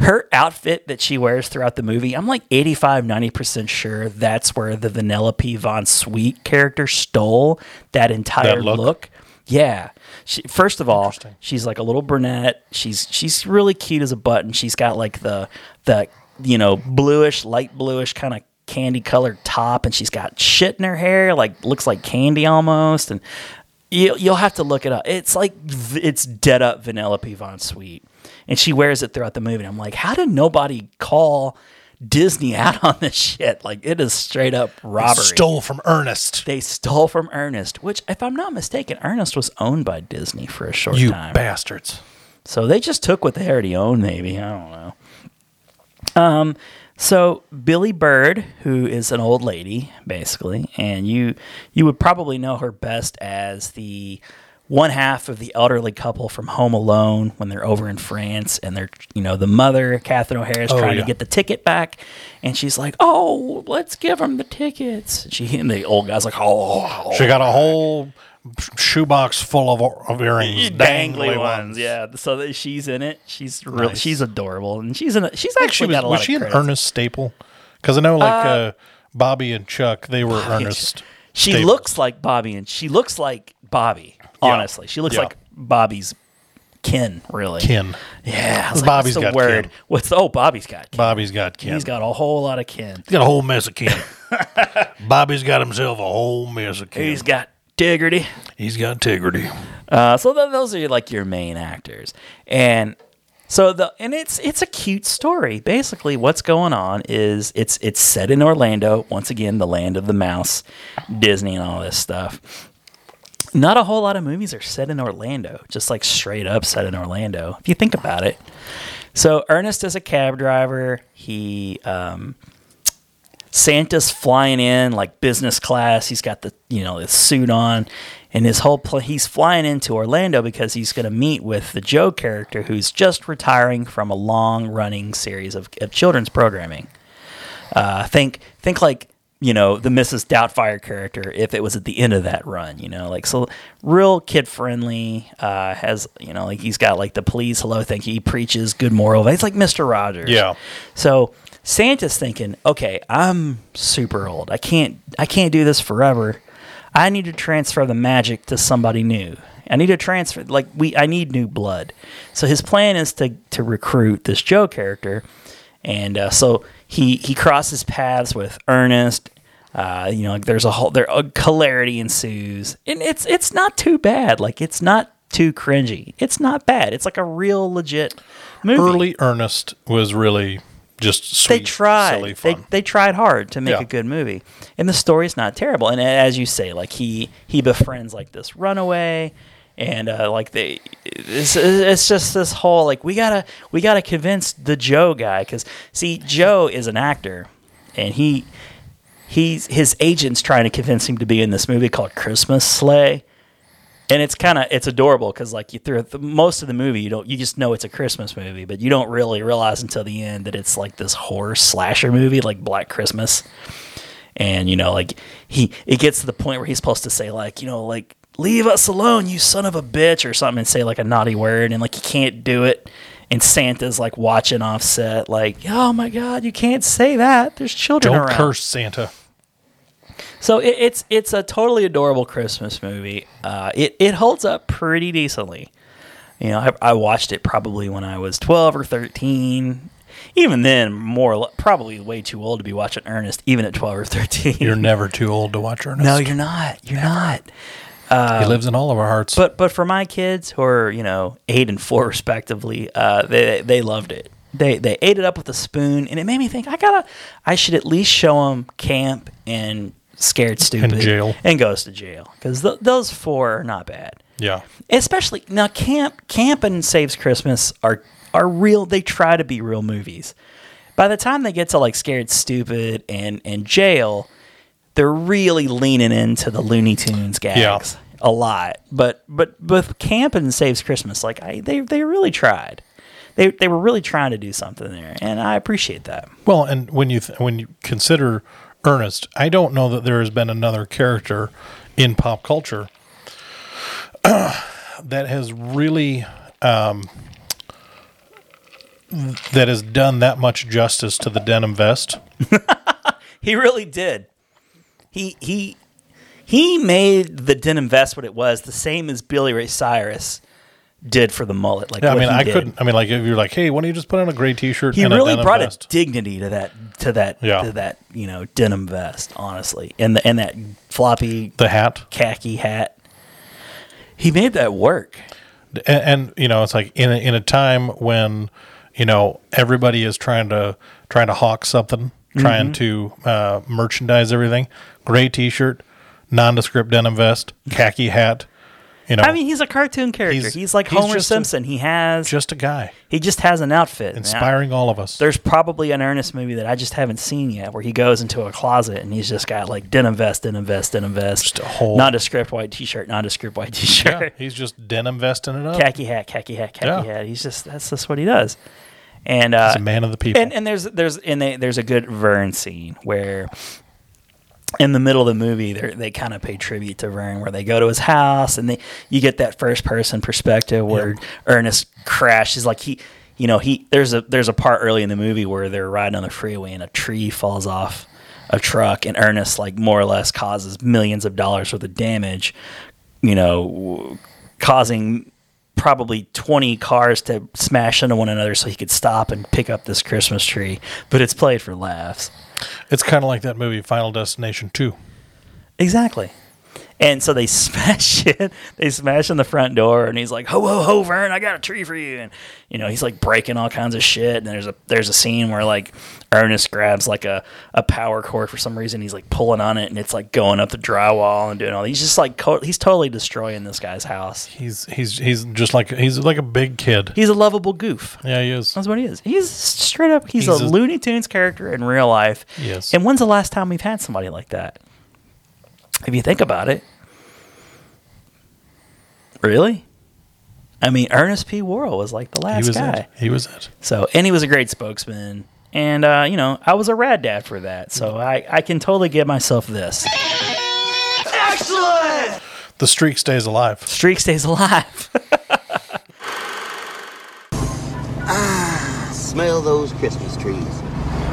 S1: Her outfit that she wears throughout the movie, I'm like 85, 90% sure that's where the Vanellope Von Sweet character stole that entire
S2: That look?
S1: look. Yeah. She, first of all, she's like a little brunette. She's she's really cute as a button. She's got like the the you know bluish, light bluish kind of candy colored top, and she's got shit in her hair, like looks like candy almost. And you, you'll have to look it up. It's like v- it's dead up Vanellope Von Sweet, and she wears it throughout the movie. And I'm like, how did nobody call? Disney out on this shit. Like it is straight up robbery
S2: Stole from Ernest.
S1: they stole from Ernest, which, if I'm not mistaken, Ernest was owned by Disney for a short
S2: You
S1: time.
S2: bastards.
S1: So they just took what they already owned, maybe. I don't know. Um, so Billy Bird, who is an old lady, basically, and you you would probably know her best as the one half of the elderly couple from Home Alone when they're over in France and they're you know the mother Catherine O'Hara is trying
S2: Oh, yeah.
S1: to get the ticket back, and she's like, "Oh, let's give them the tickets." She and the old guy's like, "Oh,
S2: She got a whole shoebox full of, of earrings,
S1: dangly ones. Yeah, so that she's in it. She's real, she's adorable, and she's in. A, she's actually
S2: She was,
S1: got a lot
S2: was
S1: of
S2: she an
S1: credits.
S2: Ernest staple? Because I know like uh, Bobby and Chuck, they were Ernest.
S1: She
S2: Staples.
S1: looks like Bobby, and she looks like Bobby. Honestly, she looks
S2: Yeah.
S1: like Bobby's kin. Really,
S2: Kin.
S1: Yeah, I was like,
S2: Bobby's
S1: what's the
S2: got
S1: word?
S2: kin.
S1: What's the, oh Bobby's got? Kin.
S2: Bobby's got Ken.
S1: He's got a whole lot of kin.
S2: He's got a whole mess of Ken. Bobby's got himself a whole mess of Ken.
S1: He's got dignity.
S2: he's got integrity.
S1: Uh, so th- those are like your main actors, and so the and it's it's a cute story. Basically, what's going on is it's it's set in Orlando once again, the land of the mouse, Disney, and all this stuff. Not a whole lot of movies are set in Orlando, just like straight up set in Orlando. If you think about it, so Ernest is a cab driver. He um, Santa's flying in like business class. He's got the you know his suit on, and his whole pl- he's flying into Orlando because he's going to meet with the Joe character who's just retiring from a long running series of, of children's programming. Uh, think think like you know the Mrs. Doubtfire character if it was at the end of that run. You know, like so real kid friendly. Uh, has you know like he's got like the please hello thank you. He preaches good moral. It's like Mister Rogers.
S2: Yeah.
S1: So Santa's thinking, okay, I'm super old. I can't I can't do this forever. I need to transfer the magic to somebody new. I need to transfer like we I need new blood. So his plan is to to recruit this Joe character, and uh, so he he crosses paths with Ernest. Uh, you know, like there's a whole there a hilarity ensues, and it's it's not too bad. Like it's not too cringy. It's not bad. It's like a real legit movie
S2: Early Ernest was really just sweet,
S1: they tried.
S2: silly fun.
S1: They, they tried hard to make
S2: Yeah.
S1: a good movie, and the story's not terrible. And as you say, like he he befriends like this runaway, and uh, like they, it's, it's just this whole like we gotta we gotta convince the Joe guy because see Joe is an actor, and he he's his agent's trying to convince him to be in this movie called Christmas Sleigh. And it's kind of it's adorable because like you through the, most of the movie you don't you just know it's a Christmas movie but you don't really realize until the end that it's like this horror slasher movie like Black Christmas, and you know like he it gets to the point where he's supposed to say like you know like leave us alone you son of a bitch or something and say like a naughty word and like he can't do it and Santa's like watching offset like oh my god you can't say that there's children
S2: Don't
S1: around
S2: curse Santa.
S1: So it, it's it's a totally adorable Christmas movie. Uh, it it holds up pretty decently. You know, I, I watched it probably when I was twelve or thirteen. Even then, more or le- probably way too old to be watching Ernest, even at twelve or thirteen.
S2: You're never too old to watch Ernest.
S1: no, you're not. You're not.
S2: he lives in all of our hearts.
S1: But but for my kids who are you know eight and four respectively, uh, they they loved it. They they ate it up with a spoon, and it made me think I gotta I should at least show them Camp and Scared Stupid
S2: Jail.
S1: and Goes to Jail because th- those four are not bad.
S2: yeah,
S1: Especially now, Camp Camp and Saves Christmas are are real. They try to be real movies. By the time they get to like Scared Stupid and and Jail, they're really leaning into the Looney Tunes gags a lot. But but both Camp and Saves Christmas, like I, they they really tried. They they were really trying to do something there, and I appreciate that.
S2: Well, and when you th- when you consider Ernest, I don't know that there has been another character in pop culture that has really um, that has done that much justice to the denim vest.
S1: He really did. He he he made the denim vest what it was, the same as Billy Ray Cyrus did for the mullet. Like
S2: Yeah, I
S1: what
S2: mean,
S1: he
S2: I
S1: did.
S2: couldn't. I mean, like if you're like, hey, why don't you just put on a gray T-shirt?
S1: He
S2: and a
S1: really
S2: denim
S1: brought
S2: vest?
S1: a dignity to that to that
S2: Yeah.
S1: to that you know denim vest, honestly, and the and that floppy
S2: the hat.
S1: khaki hat. He made that work.
S2: and, and you know it's like in a, in a time when you know everybody is trying to trying to hawk something trying to
S1: Mm-hmm.
S2: uh, merchandise everything gray t-shirt nondescript denim vest khaki hat you know
S1: I mean, he's a cartoon character. He's,
S2: He's-
S1: like
S2: he's
S1: Homer
S2: just a-
S1: Simpson. he has
S2: just a guy
S1: he just has an outfit. man.
S2: inspiring all of us
S1: There's probably an Ernest movie that I just haven't seen yet where he goes into a closet and he's just got like denim vest, denim vest, denim vest,
S2: a whole-
S1: nondescript white t-shirt, nondescript white
S2: yeah,
S1: t-shirt,
S2: he's just denim vesting it up
S1: khaki hat, khaki hat, khaki
S2: Yeah.
S1: hat. He's just that's just what he does. And uh,
S2: he's a man of the people
S1: and and there's there's and they, there's a good Vern scene where in the middle of the movie they they kind of pay tribute to Vern where they go to his house and they you get that first person perspective where Ernest crashes like he you know he there's a there's a part early in the movie where they're riding on the freeway and a tree falls off a truck and Ernest like more or less causes millions of dollars worth of damage you know w- causing probably 20 cars to smash into one another so he could stop and pick up this Christmas tree, but it's played for laughs.
S2: it's kind of like that movie final destination 2
S1: Exactly. And so they smash it. They smash in the front door, and he's like, "Ho ho ho, Vern! I got a tree for you!" And you know, he's like breaking all kinds of shit. And there's a there's a scene where like Ernest grabs like a, a power cord for some reason. He's like pulling on it, and it's like going up the drywall and doing all. He's just like co- he's totally destroying this guy's house.
S2: he's he's he's just like he's like a big kid
S1: He's a lovable goof.
S2: yeah he is
S1: That's what he is. He's straight up. He's,
S2: He's
S1: a,
S2: a-
S1: Looney Tunes character in real life.
S2: Yes.
S1: And when's the last time we've had somebody like that? If you think about it, really, I mean, Ernest P. Worrell was like the
S2: he
S1: last
S2: was
S1: guy.
S2: it he was it
S1: So, and he was a great spokesman. And uh, you know, I was a rad dad for that, so
S2: Mm.
S1: I, I can totally give myself this.
S3: Excellent!
S2: the streak stays alive
S1: Streak stays alive.
S7: Smell those Christmas trees.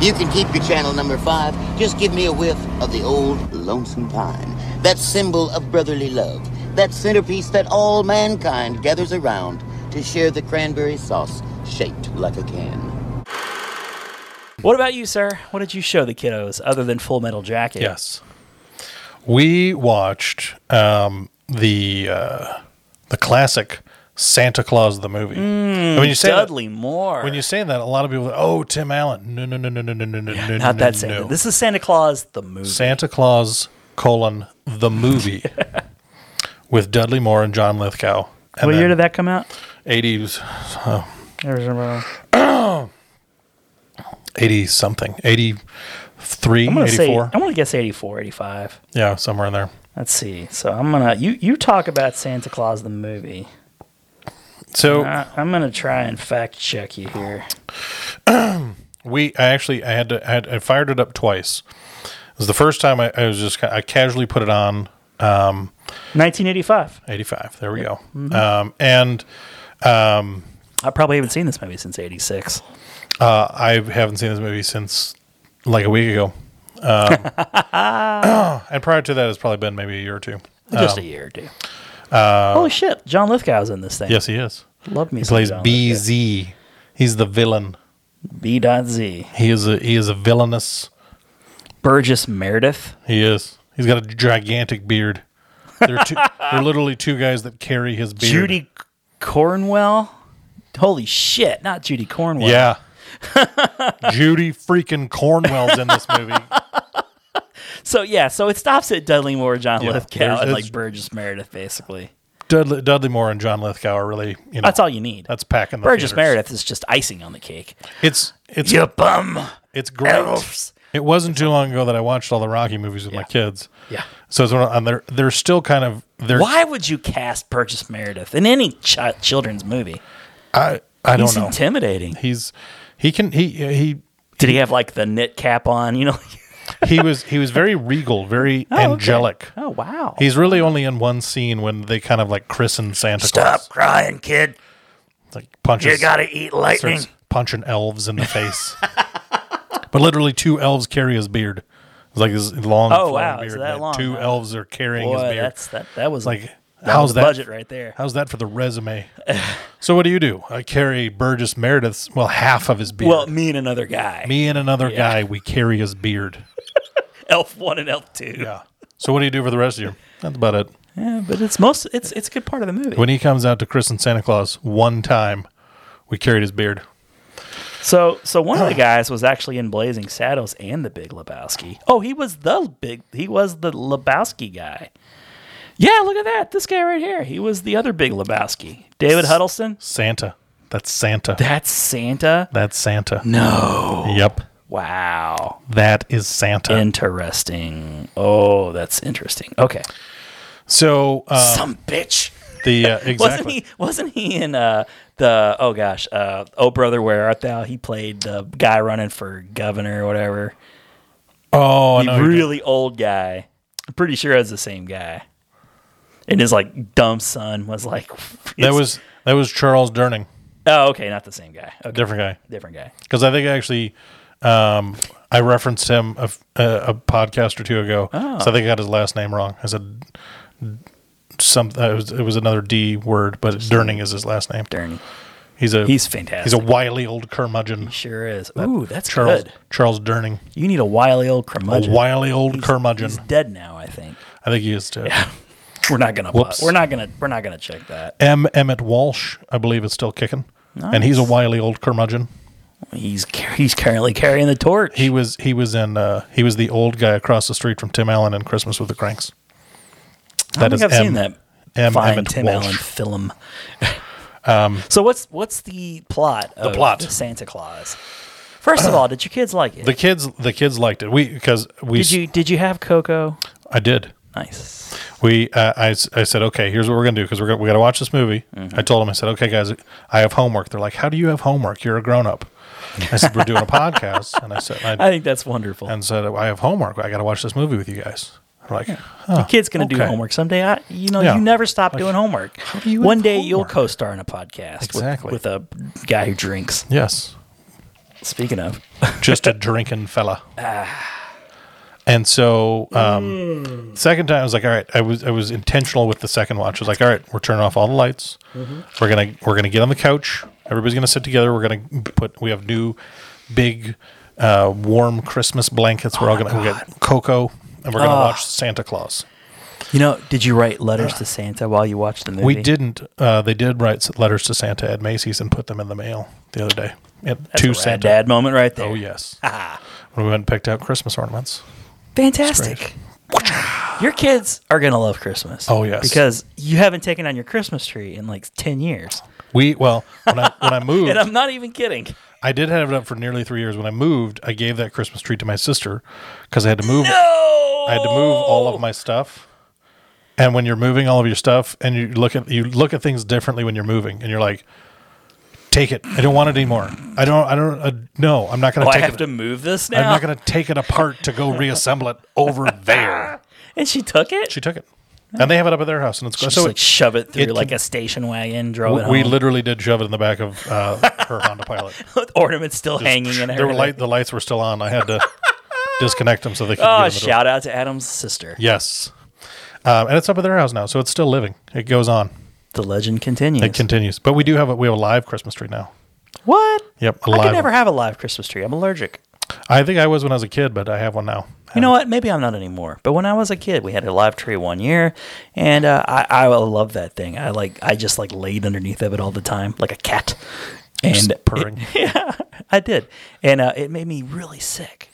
S7: You can keep your channel number five. Just give me a whiff of the old lonesome pine. That symbol of brotherly love. That centerpiece that all mankind gathers around to share the cranberry sauce shaped like a can.
S1: what about you, sir? What did you show the kiddos other than Full Metal Jacket?
S2: Yes. We watched um, the uh, the classic Santa Claus the movie. And when you say that,
S1: Mm, Dudley Moore.
S2: when you say that, a lot of people, oh, Tim Allen. No, no, no, no, no, no, no, no, no.
S1: Not that
S2: no,
S1: Santa.
S2: no.
S1: This is Santa Claus the movie.
S2: Santa Claus colon the movie with Dudley Moore and John Lithgow. And
S1: what year
S2: then
S1: did that come out?
S2: 80s, 80 something, 83,
S1: I'm gonna say I'm
S2: 84.
S1: gonna guess 84, 85.
S2: yeah, somewhere in there.
S1: Let's see. So I'm gonna you you talk about Santa Claus the movie.
S2: So
S1: I, I'm gonna try and fact check you here.
S2: We I actually I had to I, had, I fired it up twice. It was the first time I, I was just ca- I casually put it on. Um,
S1: 1985.
S2: eighty five. There we go. Um, and
S1: I probably haven't seen this movie since 86.
S2: uh, I haven't seen this movie since like a week ago. And prior to that, it's probably been maybe a year or two.
S1: Just a year or two. Holy shit! John Lithgow's in this thing.
S2: Uh, Yes, he is.
S1: love me.
S2: He
S1: some
S2: plays
S1: John
S2: BZ. He's the villain.
S1: Lithgow. B. Dot Z.
S2: He is a he is a villainous.
S1: Burgess Meredith.
S2: He is. He's got a gigantic beard. They're, two, they're literally two guys that carry his beard.
S1: Judy Cornwell. Holy shit! Not Judy Cornwell.
S2: Yeah. Judy freaking Cornwell's in this movie.
S1: So yeah. So it stops at Dudley Moore, John
S2: Yeah,
S1: Lithgow,
S2: there's-
S1: and
S2: it's-
S1: like Burgess Meredith, basically.
S2: Dudley, Dudley Moore and John Lithgow are really, you know,
S1: That's all you need.
S2: that's packing the
S1: Burgess
S2: theaters.
S1: Meredith is just icing on the cake.
S2: It's it's
S1: You bum.
S2: it's great.
S1: elves.
S2: It wasn't too long ago that I watched all the Rocky movies with my kids.
S1: Yeah.
S2: So it's one of- and they're they're still kind of they're
S1: Why would you cast Burgess Meredith in any ch- children's movie?
S2: I I don't
S1: He's
S2: know.
S1: intimidating.
S2: He's he can he he
S1: Did he have like the knit cap on? You know.
S2: he was he was very regal, very angelic.
S1: Oh wow.
S2: He's really only in one scene when they kind of like christen Santa Claus.
S1: Stop crying, kid.
S2: It's Like punches
S1: You gotta eat lightning.
S2: starts punching elves in the face. but literally, two elves carry his beard. It's like this long,
S1: Oh,
S2: flowing
S1: wow,
S2: beard.
S1: is that
S2: and
S1: long?
S2: Two
S1: Wow.
S2: elves are carrying his
S1: Boy,
S2: beard.
S1: that's that. That was
S2: like,
S1: like that
S2: how's
S1: was
S2: that
S1: budget right there.
S2: How's that for the resume? so what do you do? I carry Burgess Meredith's well half of his beard.
S1: Well, me and another guy,
S2: me and another guy we carry his beard.
S1: Elf One and Elf Two.
S2: Yeah. So what do you do for the rest of you? That's about it.
S1: Yeah, but it's most it's it's a good part of the movie.
S2: When he comes out to Chris and Santa Claus one time, we carried his beard.
S1: So so one of the guys was actually in Blazing Saddles and The Big Lebowski. Oh, he was the big he was the Lebowski guy. Yeah, look at that. This guy right here. He was the other Big Lebowski. David Huddleston.
S2: Santa. That's Santa.
S1: That's Santa.
S2: That's Santa. No. Yep.
S1: Wow.
S2: That is Santa.
S1: Interesting. Oh, that's interesting. Okay.
S2: so uh,
S1: Some bitch.
S2: the uh,
S1: Wasn't
S2: exactly.
S1: he? Wasn't he in uh, the? Oh gosh, uh, oh brother, where art thou? He played the guy running for governor or whatever.
S2: Oh, I
S1: The
S2: know you did.
S1: really old guy. I'm pretty sure it's the same guy. And his like dumb son was like.
S2: that
S1: it's-
S2: was that was Charles Durning,
S1: Oh, okay, not the same guy. Okay,
S2: different guy.
S1: different guy.
S2: Because I think actually, um, I referenced him a, f- a- a podcast or two ago.
S1: Oh.
S2: So I think I got his last name wrong. I said some. uh, It was, it was another D word, but Durning is his last name.
S1: Derny.
S2: He's a
S1: He's fantastic.
S2: he's a wily old curmudgeon.
S1: Sure is. Ooh, that's
S2: Charles
S1: good.
S2: Charles Durning,
S1: You need a wily old
S2: a
S1: curmudgeon.
S2: wily old
S1: He's-
S2: curmudgeon.
S1: He's dead now, I think.
S2: I think he is too.
S1: We're not gonna.
S2: Whoops.
S1: We're not gonna. We're not gonna check that.
S2: M. Emmett Walsh, I believe, is still kicking, and he's a wily old curmudgeon.
S1: He's car- he's currently carrying the torch.
S2: He was he was in uh, he was the old guy across the street from Tim Allen in Christmas with the Cranks.
S1: I
S2: That
S1: think
S2: is
S1: I've
S2: M-
S1: seen that
S2: M.
S1: fine
S2: Emmett
S1: Tim
S2: Walsh. Um,
S1: Allen film. so what's what's the plot? The of
S2: plot. Uh,
S1: Santa Claus. First of all, did your kids like it?
S2: The kids the kids liked it. We because we
S1: did you did you have Coco?
S2: I did.
S1: Nice.
S2: We uh, I, s- I said okay. Here's what we're gonna do because we're gonna, we gotta watch this movie. I told them I said okay guys I have homework. They're like how do you have homework? You're a grown up. I said we're doing a podcast and I said I,
S1: I think that's wonderful.
S2: and said I have homework. I gotta watch this movie with you guys. They're like
S1: your kid's gonna do
S2: uh, okay.
S1: homework someday. I, you know,
S2: Yeah.
S1: you never stop doing homework.
S2: do you
S1: One
S2: have
S1: day you'll
S2: homework?
S1: co-star in a podcast
S2: Exactly.
S1: with, with a guy who drinks.
S2: yes,
S1: Speaking of,
S2: just a drinking fella. And so, um, second time I was like, all right, I was I was intentional with the second watch. I was like, all right, we're turning off all the lights.
S1: Mm-hmm.
S2: We're gonna we're gonna get on the couch. Everybody's gonna sit together. We're gonna put we have new big uh, warm Christmas blankets.
S1: Oh
S2: We're all gonna we get cocoa and we're gonna watch Santa Claus.
S1: you know, did you write letters to Santa while you watched the movie?
S2: Uh, We didn't. Uh, they did write s- letters to Santa at Macy's and put them in the mail the other day. At
S1: That's
S2: to
S1: a rad
S2: Santa.
S1: dad moment right there.
S2: Oh yes. When we went and picked out Christmas ornaments.
S1: Fantastic. Your kids are gonna love Christmas.
S2: Oh, yes.
S1: because you haven't taken down your Christmas tree in like ten years,
S2: We well when I when I moved
S1: and I'm not even kidding.
S2: I did have it up for nearly three years. When I moved, I gave that Christmas tree to my sister because I had to move.
S1: No,
S2: I had to move all of my stuff. And when you're moving all of your stuff, and you look at you look at things differently when you're moving, and you're like, "Take it. I don't want it anymore. I don't. I don't. Uh, no, I'm not going
S1: Oh,
S2: to
S1: I
S2: take
S1: have
S2: it.
S1: to move this
S2: I'm
S1: now.
S2: not going to take it apart to go reassemble it over there."
S1: And she took it.
S2: She took it, and they have it up at their house, and it's
S1: She
S2: so
S1: just like
S2: it-
S1: shove it through
S2: it
S1: like
S2: can-
S1: a station wagon, drove it
S2: we
S1: home.
S2: literally did shove it in the back of uh, her Honda Pilot.
S1: With ornaments still hanging in
S2: There were
S1: everything.
S2: light. The lights were still on. I had to. disconnect them so they can. get in
S1: Oh,
S2: the door.
S1: shout out to Adam's sister.
S2: Yes, um, and it's up at their house now, so it's still living. It goes on.
S1: The legend continues.
S2: It continues, but we do have a, we have a live Christmas tree now.
S1: what?
S2: Yep,
S1: I
S2: a live-
S1: could never have a live Christmas tree. I'm allergic.
S2: I think I was when I was a kid, but I have one now.
S1: You know what? Maybe I'm not anymore. But when I was a kid, we had a live tree one year, and uh, I I love that thing. I like I just like laid underneath of it all the time like a cat, and
S2: Just purring.
S1: yeah, I did, and uh, it made me really sick.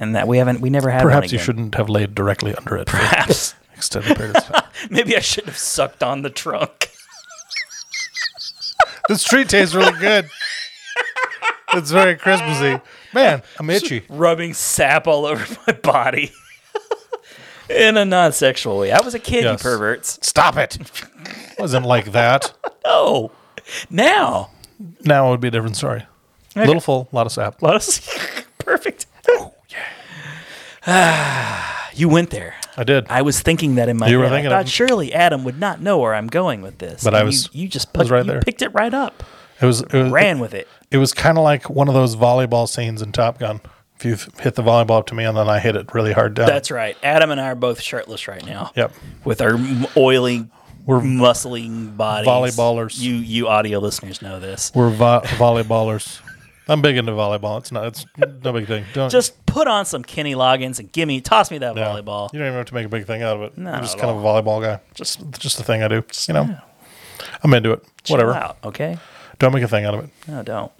S1: And that we haven't we never had. one
S2: Perhaps you
S1: again.
S2: shouldn't have laid directly under it. for
S1: Perhaps
S2: Extended period of time.
S1: maybe I should have sucked on the trunk.
S2: this tree tastes really good. It's very Christmassy. Man, I'm itchy.
S1: rubbing sap all over my body in a non sexual way. I was a kid,
S2: Yes.
S1: you perverts.
S2: Stop it. Wasn't like that.
S1: No. Now.
S2: Now it would be a different story. Little full, lot of sap.
S1: Let us. Perfect. Oh, yeah. you went there.
S2: I did.
S1: I was thinking that in my
S2: You were
S1: head.
S2: thinking
S1: I
S2: of-
S1: thought surely Adam would not know where I'm going with this.
S2: But
S1: And
S2: I was-
S1: You, you just
S2: I was
S1: put,
S2: right
S1: you
S2: there.
S1: picked it right up.
S2: It was it was,
S1: Ran with it.
S2: It was kind of like one of those volleyball scenes in Top Gun. If you th- hit the volleyball up to me and then I hit it really hard down.
S1: That's right. Adam and I are both shirtless right now.
S2: Yep.
S1: With our m- oily,
S2: We're-
S1: muscling bodies.
S2: Volleyballers.
S1: You, you audio listeners know this.
S2: We're vo- volleyballers. I'm big into volleyball. It's not. It's no big thing. Don't
S1: just put on some Kenny Loggins and give me, toss me that
S2: yeah.
S1: volleyball.
S2: You don't even have to make a big thing out of it.
S1: No,
S2: I'm just
S1: not at
S2: kind of a volleyball guy. Just just the thing I do. You know, I'm into it.
S1: Chill
S2: Whatever.
S1: out, okay?
S2: Don't make a thing out of it.
S1: No, don't.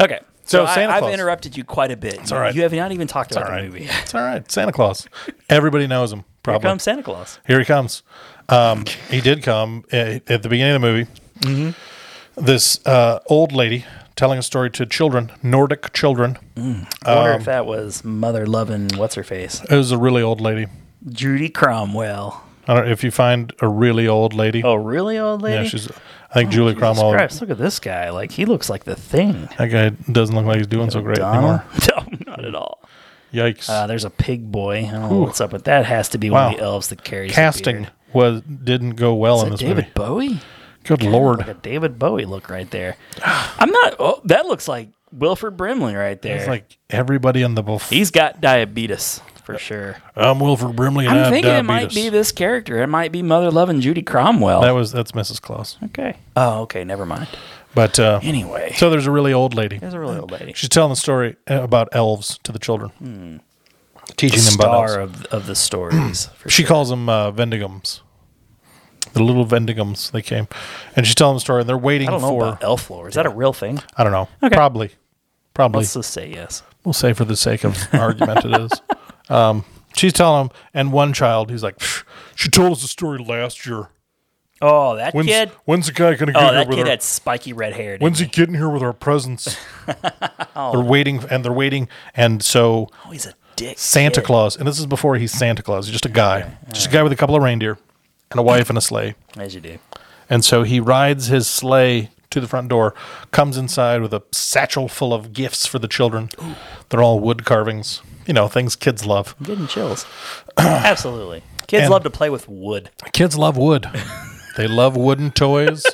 S1: Okay.
S2: So,
S1: So, I,
S2: Santa
S1: have
S2: Claus.
S1: interrupted you quite a bit. It's
S2: all right.
S1: You have not even talked about
S2: All
S1: the
S2: right.
S1: movie.
S2: It's all right. Santa Claus. Everybody knows him.
S1: Here
S2: Probably.
S1: comes Santa Claus.
S2: Here he comes. Um, he did come at, at the beginning of the movie. This uh, old lady telling a story to children, Nordic children.
S1: I wonder
S2: Um,
S1: if that was mother loving what's her face?
S2: It was a really old lady.
S1: Judy Cromwell.
S2: I don't, if you find a really old lady,
S1: Oh, really old lady?
S2: yeah, she's. I think Julie
S1: Jesus
S2: Cromwell.
S1: Christ, look at this guy. Like he looks like the thing.
S2: That guy doesn't look like he's doing so great
S1: Donald?
S2: anymore.
S1: No, not at all.
S2: Yikes!
S1: Uh, there's a pig boy. I don't know what's up with that. Has to be one
S2: Wow.
S1: of the elves that carries the
S2: Casting
S1: beard.
S2: was didn't go well
S1: Is
S2: in
S1: that
S2: this
S1: David
S2: movie.
S1: Bowie?
S2: Good
S1: Kinda
S2: lord!
S1: like a David Bowie look right there. I'm not. Oh, that looks like Wilford Brimley right there.
S2: It's like everybody in the buff.
S1: he's got diabetes for sure.
S2: I'm Wilford Brimley, and I
S1: I'm
S2: have
S1: thinking it might
S2: diabetes.
S1: be this character. It might be Mother Loving Judy Cromwell.
S2: that was that's Mrs. Claus.
S1: okay. Oh, okay. Never mind.
S2: But uh,
S1: Anyway,
S2: so there's a really old lady.
S1: there's a really old lady.
S2: She's telling the story uh, about elves to the children, Hmm. teaching them about elves.
S1: Star of, of the stories. for
S2: She
S1: sure.
S2: calls them uh, Vendigums. The little Vendigums, they came, and she's telling the story. And they're waiting
S1: I don't know
S2: for
S1: about elf lore. Is that a real thing?
S2: I don't know,
S1: Okay.
S2: probably, probably.
S1: Let's just say yes.
S2: We'll say for the sake of argument, it is. Um, she's telling him, and one child, he's like, "Pfft, she told us the story last year.
S1: Oh, that
S2: When's,
S1: kid.
S2: when's the guy gonna get
S1: Oh,
S2: here
S1: that
S2: with
S1: kid
S2: our,
S1: had spiky red hair. didn't
S2: When's he getting here with our presents? They're waiting, and they're waiting, and so
S1: Oh, he's a dick.
S2: Santa
S1: kid.
S2: Claus, and this is before he's Santa Claus. He's just a guy, just a guy with a couple of reindeer, and a wife and a sleigh.
S1: As you do.
S2: And so he rides his sleigh to the front door, comes inside with a satchel full of gifts for the children. They're all wood carvings, you know, things kids love.
S1: I'm getting chills. Absolutely. Kids
S2: And-
S1: love to play with wood.
S2: Kids love wood. they love wooden toys,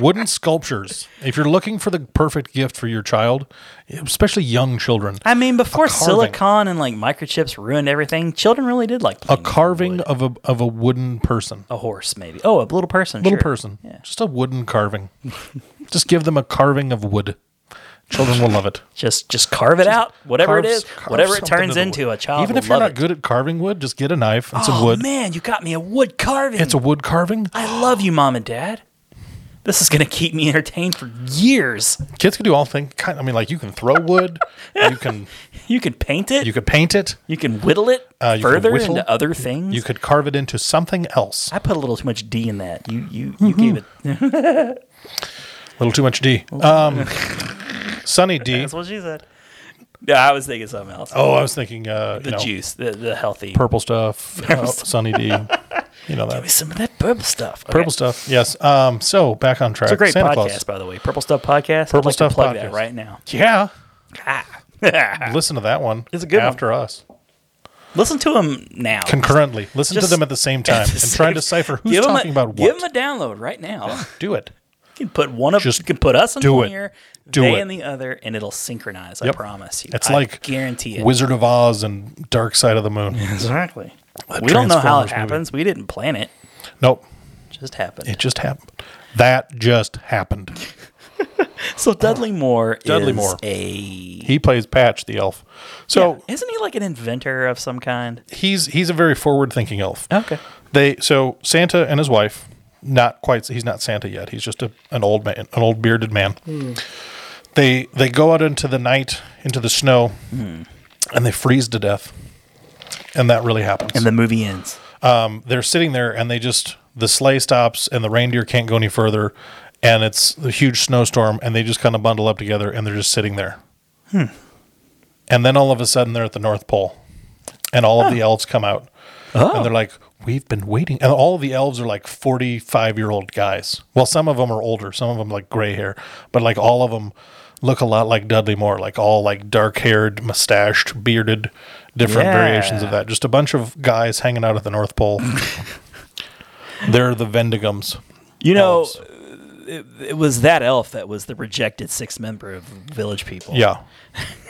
S2: wooden sculptures. If you're looking for the perfect gift for your child, especially young children,
S1: I mean, before
S2: carving.
S1: silicon and like microchips ruined everything, children really did like
S2: a
S1: playing with
S2: carving
S1: wood.
S2: of a of a wooden person.
S1: a horse, maybe. Oh, a little person.
S2: Little
S1: sure.
S2: person.
S1: Yeah.
S2: Just a wooden carving. Just give them a carving of wood. Children will love it.
S1: Just just carve it out. Whatever it
S2: Carve-
S1: is,
S2: carve
S1: whatever it
S2: something
S1: turns
S2: into
S1: into,
S2: wood.
S1: a child.
S2: Even
S1: will
S2: if you're
S1: love
S2: not
S1: it.
S2: good at carving wood, just get a knife and some
S1: oh
S2: wood.
S1: man, you got me a wood carving.
S2: It's a wood carving.
S1: I love you, mom and dad. This is gonna keep me entertained for years.
S2: Kids can do all things. Kind I mean, like you can throw wood. you can
S1: You can paint it.
S2: you could paint it.
S1: you can whittle it
S2: Uh, you can
S1: further
S2: whittle.
S1: into other things.
S2: You could carve it into something else.
S1: I put a little too much D in that. You you you
S2: Mm-hmm.
S1: gave it.
S2: A little too much D. Um, Sunny D.
S1: That's what she said. No, I was thinking something else.
S2: Oh, I was thinking uh, you
S1: the
S2: know,
S1: juice, the, the healthy.
S2: purple stuff. Uh, Sunny D. You know that
S1: Some of that purple stuff. Okay.
S2: purple stuff. Yes. Um, so back on track.
S1: It's a great
S2: Santa
S1: podcast,
S2: Claus.
S1: by the way. Purple Stuff Podcast. I'd
S2: Purple
S1: like
S2: Stuff
S1: to plug
S2: Podcast.
S1: that right now.
S2: Yeah.
S1: Ah.
S2: Listen to that one.
S1: It's a good one.
S2: after us.
S1: Listen to them now.
S2: concurrently. Listen
S1: Just
S2: to them at the same time
S1: At the
S2: and
S1: same-
S2: try and decipher who's
S1: Give 'em a-
S2: talking about
S1: Give them
S2: what.
S1: a download right now.
S2: Do it.
S1: You can put one of
S2: Just
S1: you can put us in
S2: do
S1: one
S2: it.
S1: ear,
S2: Do
S1: they
S2: it.
S1: in the other, and it'll synchronize. I
S2: Yep.
S1: promise you.
S2: It's
S1: I
S2: like
S1: guarantee it.
S2: Wizard of Oz and Dark Side of the Moon.
S1: exactly. We don't know how it
S2: Transformers movie.
S1: happens. We didn't plan it.
S2: Nope.
S1: It just happened.
S2: It just happened. That just happened.
S1: so Dudley Moore
S2: Dudley
S1: is
S2: Moore.
S1: a
S2: He plays Patch the elf. So
S1: isn't he like an inventor of some kind?
S2: he's he's a very forward thinking elf.
S1: Okay.
S2: They so Santa and his wife, not quite he's not Santa yet. He's just a, an old man, an old bearded man. They they go out into the night, into the snow, and they freeze to death. And that really happens.
S1: And the movie ends.
S2: they're sitting there and they just the sleigh stops and the reindeer can't go any further and it's a huge snowstorm and they just kind of bundle up together and they're just sitting there and then all of a sudden they're at the north pole and all of the elves come out and they're like we've been waiting and all of the elves are like 45 year old guys well some of them are older some of them like gray hair but like all of them look a lot like dudley moore like all like dark haired mustached bearded different
S1: Yeah.
S2: variations of that just a bunch of guys hanging out at the north pole they're the vendigums
S1: You know,
S2: Elves.
S1: it, it was that elf that was the rejected sixth member of Village People.
S2: yeah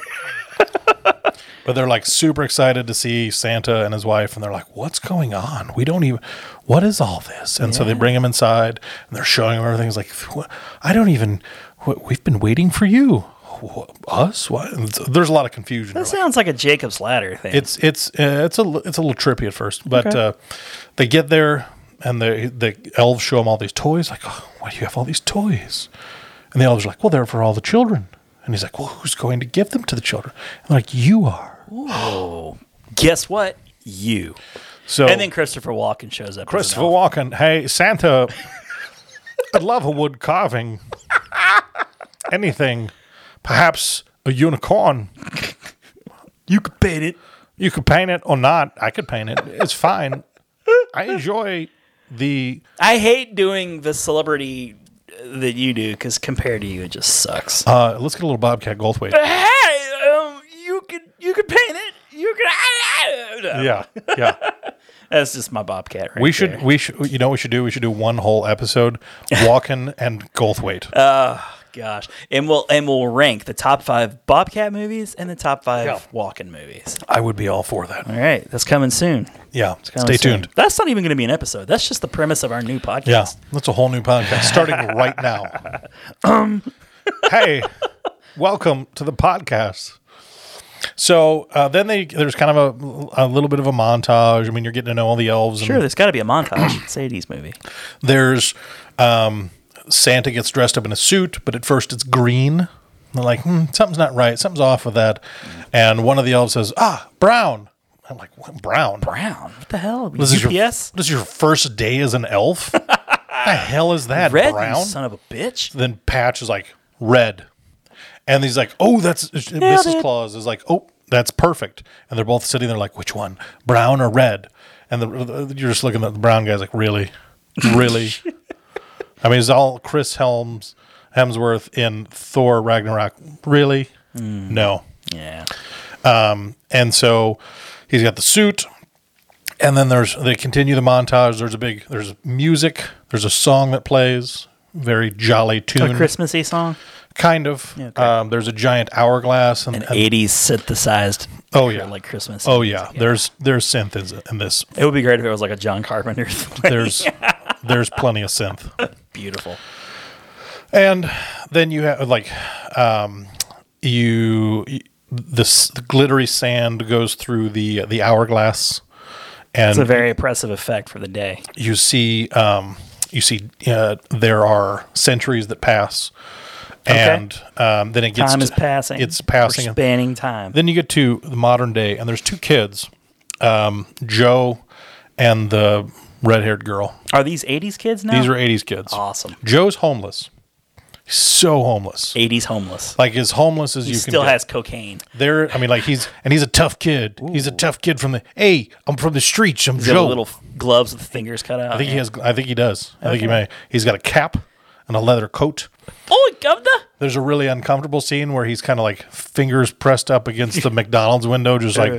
S2: but they're like super excited to see santa and his wife and they're like what's going on we don't even what is all this and so they bring him inside and they're showing him everything he's like "What? i don't even what, we've been waiting for you Wh- us what And so there's a lot of confusion
S1: That
S2: They're like,
S1: sounds like a Jacob's Ladder thing.
S2: it's it's uh, it's a li- it's a little trippy at first, but uh, they get there and the the elves show them all these toys. Like, oh, why do you have all these toys? And the elves are like, well, they're for all the children. And he's like, well, who's going to give them to the children? And they're like, you are.
S1: Guess what? You.
S2: So
S1: And then Christopher Walken shows up. as an
S2: Oh. Christopher
S1: elf.
S2: Walken, hey Santa, I'd love a wood carving, anything, perhaps a unicorn.
S1: You could paint it.
S2: You could paint it or not. I could paint it. It's fine. I enjoy the
S1: I hate doing the celebrity uh, that you do because compared to you, it just sucks.
S2: Uh, let's get a little Bobcat Goldthwait.
S1: hey, um, you could you could paint it. You could. I, I, no.
S2: yeah, yeah.
S1: That's just my Bobcat. Right
S2: We
S1: there.
S2: should, we should, you know, what we should do. We should do one whole episode, Walken and Goldthwait.
S1: Gosh, and we'll and we'll rank the top five Bobcat movies and the top five Walken movies.
S2: I would be all for that.
S1: All right, that's coming soon.
S2: Yeah,
S1: Coming
S2: stay
S1: soon.
S2: tuned.
S1: That's not even going to be an episode. That's just the premise of our new podcast.
S2: Yeah, that's a whole new podcast starting right now. Um, hey, welcome to the podcast. So uh, then they there's kind of a, a little bit of a montage. I mean, you're getting to know all the elves. And
S1: Sure, there's got to be a montage. It's an 80s movie.
S2: There's um, Santa gets dressed up in a suit, but at first it's green. And They're like, hmm, something's not right. Something's off with that. And one of the elves says, ah, brown. I'm like, what, brown?
S1: Brown. What the hell?
S2: This is, your,
S1: UPS?
S2: this is your first day as an elf? the hell is that,
S1: Red, you
S2: brown?
S1: son of a bitch.
S2: then Patch is like, red. And he's like, oh, that's Mrs.
S1: it.
S2: Claus is like, oh, that's perfect. And they're both sitting there like, which one, brown or red? And the, the- you're just looking at the brown guy's like, really, really. I mean, it's all Chris Helms Hemsworth in Thor Ragnarok. Really?
S1: Mm.
S2: No.
S1: Yeah.
S2: And so he's got the suit. And then there's they continue the montage. There's a big there's music. There's a song that plays, very jolly
S1: A
S2: tune,
S1: Christmassy song?
S2: kind of.
S1: okay.
S2: um, there's a giant hourglass and,
S1: An
S2: and-
S1: 80s synthesized.
S2: Oh, yeah.
S1: Like Christmas.
S2: oh yeah, there's there's synth is- in this.
S1: It would be great if it was like a John Carpenter.
S2: There's there's plenty of synth.
S1: beautiful.
S2: And then you have like um, you this the glittery sand goes through the the hourglass, and
S1: It's a very impressive effect for the day.
S2: you see um, you see uh, there are centuries that pass, and um, then it gets
S1: Time
S2: to-
S1: is passing.
S2: It's passing.
S1: We're spanning time.
S2: Then you get to the modern day, and there's two kids, um, Joe and the red-haired girl.
S1: Are these 80s kids now?
S2: These are '80s kids.
S1: Oh. awesome.
S2: Joe's homeless, so homeless,
S1: 80s homeless.
S2: like as homeless as
S1: he
S2: you can.
S1: still
S2: get.
S1: has cocaine.
S2: There, I mean, like he's and he's a tough kid. He's a tough kid from the. Hey, I'm from the streets. I'm
S1: He's got
S2: Joe.
S1: little f- gloves with fingers cut out.
S2: I think he has. I think he does. I think he may. He's got a cap and a leather coat.
S1: Oh, governor!
S2: There's a really uncomfortable scene where he's kind of like fingers pressed up against the McDonald's window, just like.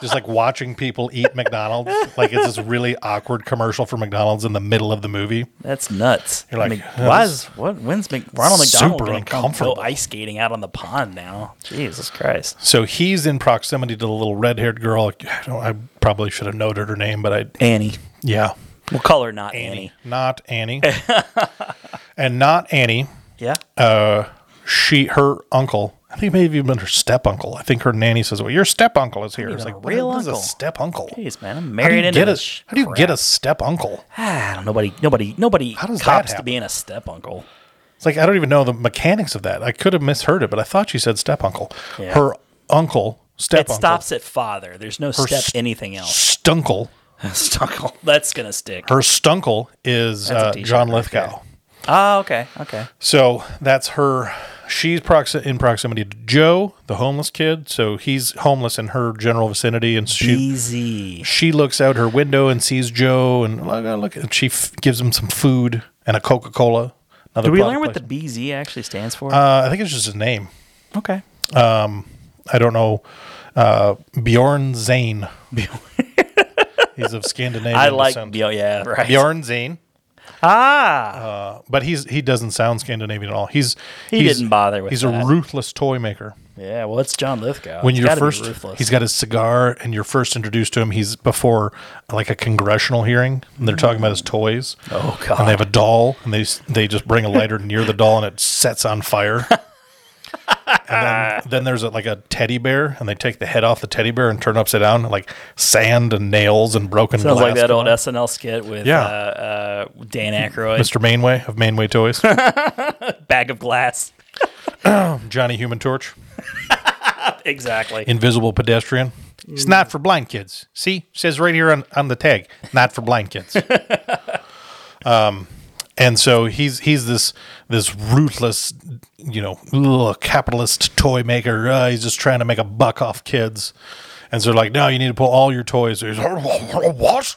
S2: just like watching people eat McDonald's. Like it's this really awkward commercial for McDonald's in the middle of the movie.
S1: That's nuts.
S2: You're like,
S1: Mc-
S2: "Oh,
S1: why
S2: this
S1: is what? When's Mc, Ronald McDonald
S2: super
S1: going to come go
S2: uncomfortable."
S1: ice skating out on the pond now? Jesus Christ!
S2: So he's in proximity to the little red haired girl. I, don't, I probably should have noted her name, but I,
S1: Annie,
S2: yeah.
S1: we'll call her not Annie.
S2: Not Annie. and not Annie.
S1: Yeah,
S2: Uh, She, her uncle, I think maybe even her step uncle. I think her nanny says, Well, your step uncle is here. It's
S1: even
S2: like,
S1: a real
S2: what is a
S1: uncle.
S2: step uncle?
S1: jeez, man, I'm
S2: How do,
S1: married
S2: you
S1: into
S2: get a,
S1: this. sh-
S2: how do you get a step uncle?
S1: I don't. Nobody, nobody, nobody
S2: How does that
S1: cops to
S2: happen?
S1: being a step uncle.
S2: It's like I don't even know the mechanics of that. I could have misheard it, but I thought she said step uncle.
S1: Yeah.
S2: Her uncle, step
S1: It
S2: uncle,
S1: stops at father. There's no step
S2: st-
S1: anything else.
S2: stunkle.
S1: Stunkle. That's gonna stick.
S2: Her stunkle is
S1: That's a
S2: uh,
S1: t-shirt
S2: John
S1: right
S2: Lithgow.
S1: there. Oh, okay, okay.
S2: So that's her. She's proxi- in proximity to Joe, the homeless kid. So he's homeless in her general vicinity, and she
S1: Easy.
S2: she looks out her window and sees Joe, and look, look and she f- gives him some food and a Coca Cola.
S1: Did we learn what the BZ actually stands for?
S2: Uh, I think it's just his name.
S1: okay.
S2: I don't know uh, Bjorn Zane. he's of Scandinavian
S1: I like
S2: descent.
S1: Bjorn. Yeah, right.
S2: Bjorn Zane,
S1: Ah,
S2: but he's he doesn't sound Scandinavian at all. He's
S1: He
S2: he's-
S1: didn't bother with
S2: He's
S1: that.
S2: a ruthless toy maker.
S1: yeah. Well, it's John Lithgow.
S2: When
S1: He's
S2: you're
S1: gotta be
S2: first,
S1: ruthless.
S2: he's got his cigar, and you're first introduced to him. He's before like a congressional hearing, and they're talking about his toys.
S1: Oh, God.
S2: And they have a doll, and they s- they just bring a lighter near the doll, and it sets on fire. and then, then there's a, like a teddy bear, and they take the head off the teddy bear and turn it upside down, and, like sand and nails and broken
S1: Sounds
S2: glass.
S1: like that
S2: come
S1: old
S2: out.
S1: SNL skit with
S2: Yeah.
S1: uh, uh, Dan Aykroyd,
S2: Mr. Mainway of Mainway Toys,
S1: bag of glass.
S2: Johnny Human Torch,
S1: Exactly.
S2: Invisible Pedestrian. It's not for blind kids. See, says right here on, on the tag, not for blind kids. um, and so he's he's this this ruthless, you know, ugh, capitalist toy maker. Uh, he's just trying to make a buck off kids. And so they're like, no, you need to pull all your toys. He's like, what?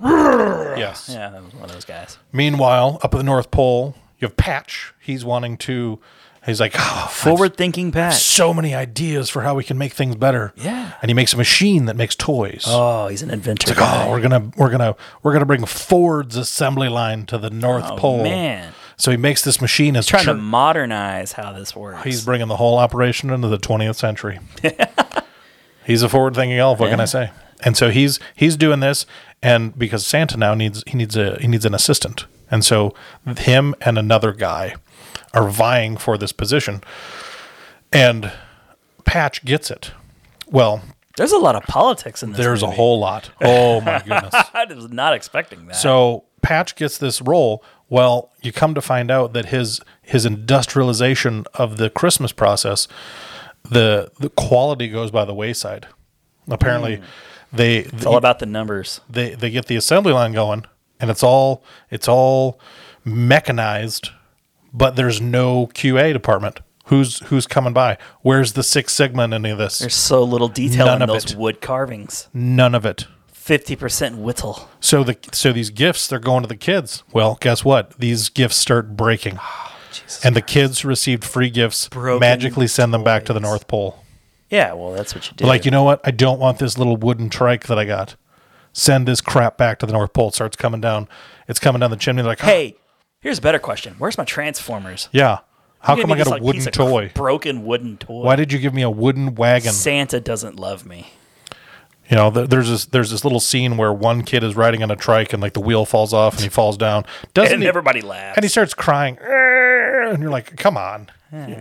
S2: yes.
S1: yeah, that was one of those guys.
S2: Meanwhile, up at the North Pole, you have Patch. He's wanting to. He's like, oh,
S1: Forward thinking Pat.
S2: so many ideas for how we can make things better.
S1: Yeah.
S2: And he makes a machine that makes toys.
S1: Oh, he's an inventor.
S2: Oh, we're gonna we're gonna we're gonna bring Ford's assembly line to the North Pole.
S1: Oh, man.
S2: So he makes this machine as
S1: Trying to modernize how this works.
S2: he's bringing the whole operation into the 20th century. he's a forward-thinking elf. What can I
S1: Yeah.
S2: say? And so he's he's doing this, and because Santa now needs he needs a he needs an assistant, and so him and another guy are vying for this position, and Patch gets it. Well,
S1: There's a lot of politics in this.
S2: there's a
S1: movie.
S2: whole lot. Oh my goodness.
S1: I was not expecting that.
S2: So Patch gets this role. Well, you come to find out that his his industrialization of the Christmas process, the the quality goes by the wayside. Apparently, they
S1: Hmm. it's all about the numbers.
S2: they they get the assembly line going, and it's all it's all mechanized, but there's no QA department. Who's who's coming by? Where's the Six Sigma in any of this?
S1: There's so little detail
S2: None
S1: in
S2: of
S1: those
S2: it.
S1: wood carvings.
S2: None of it.
S1: Fifty percent whittle.
S2: So the so these gifts they're going to the kids. Well, guess what? These gifts start breaking, and the kids who received free gifts
S1: Broken
S2: magically send them back to the
S1: toys.
S2: North Pole.
S1: Yeah, well, that's what you do.
S2: They're Like you know what? I don't want this little wooden trike that I got. Send this crap back to the North Pole. It starts coming down. It's coming down the chimney. They're like,
S1: hey, here's a better question. Where's my transformers?
S2: yeah. How
S1: You
S2: come
S1: gave me
S2: I got
S1: this,
S2: a
S1: like,
S2: wooden
S1: piece of
S2: toy?
S1: Broken wooden toy.
S2: Why did you give me a wooden wagon?
S1: Santa doesn't love me.
S2: You know, th- there's this there's this little scene where one kid is riding on a trike and like the wheel falls off and he falls down. Doesn't
S1: And
S2: he-
S1: everybody laughs.
S2: and he starts crying, "Arr!" and you're like, "Come on,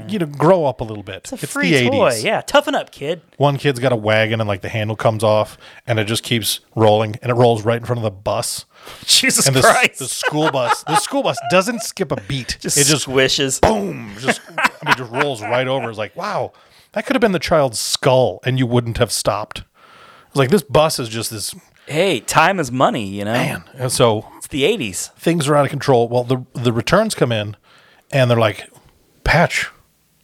S2: you know, grow up a little bit." It's
S1: It's a free toy. Yeah, toughen up, kid.
S2: One kid's got a wagon, and like the handle comes off, and it just keeps rolling, and it rolls right in front of the bus.
S1: Jesus
S2: And the,
S1: Christ.
S2: the school bus, the school bus doesn't skip a beat.
S1: just
S2: it just
S1: swishes.
S2: boom, just I mean, just rolls right over. It's like, wow, that could have been the child's skull, and you wouldn't have stopped. It's like this bus is just this
S1: Hey, time is money, you know?
S2: man. And so
S1: It's the 80s.
S2: things are out of control. Well, the the returns come in, and they're like, Patch,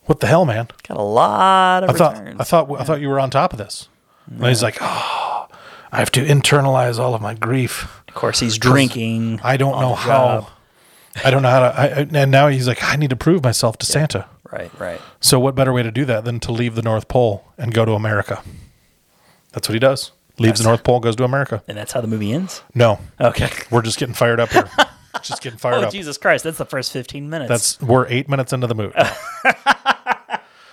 S2: what the hell, man?
S1: Got a lot of
S2: I thought
S1: returns.
S2: I thought I thought you were on top of this. And he's like, oh, I have to internalize all of my grief.
S1: of course, he's drinking.
S2: I don't know how. I don't know how to. I, I- and now he's like, I need to prove myself to Santa.
S1: Right, right.
S2: So what better way to do that than to leave the North Pole and go to America? That's what he does. Leaves the North Pole, goes to America.
S1: And that's how the movie ends?
S2: No,
S1: Okay.
S2: we're just getting fired up here. just getting
S1: Oh,
S2: fired up.
S1: Jesus Christ. That's the first 15 minutes.
S2: That's we're eight minutes into the movie.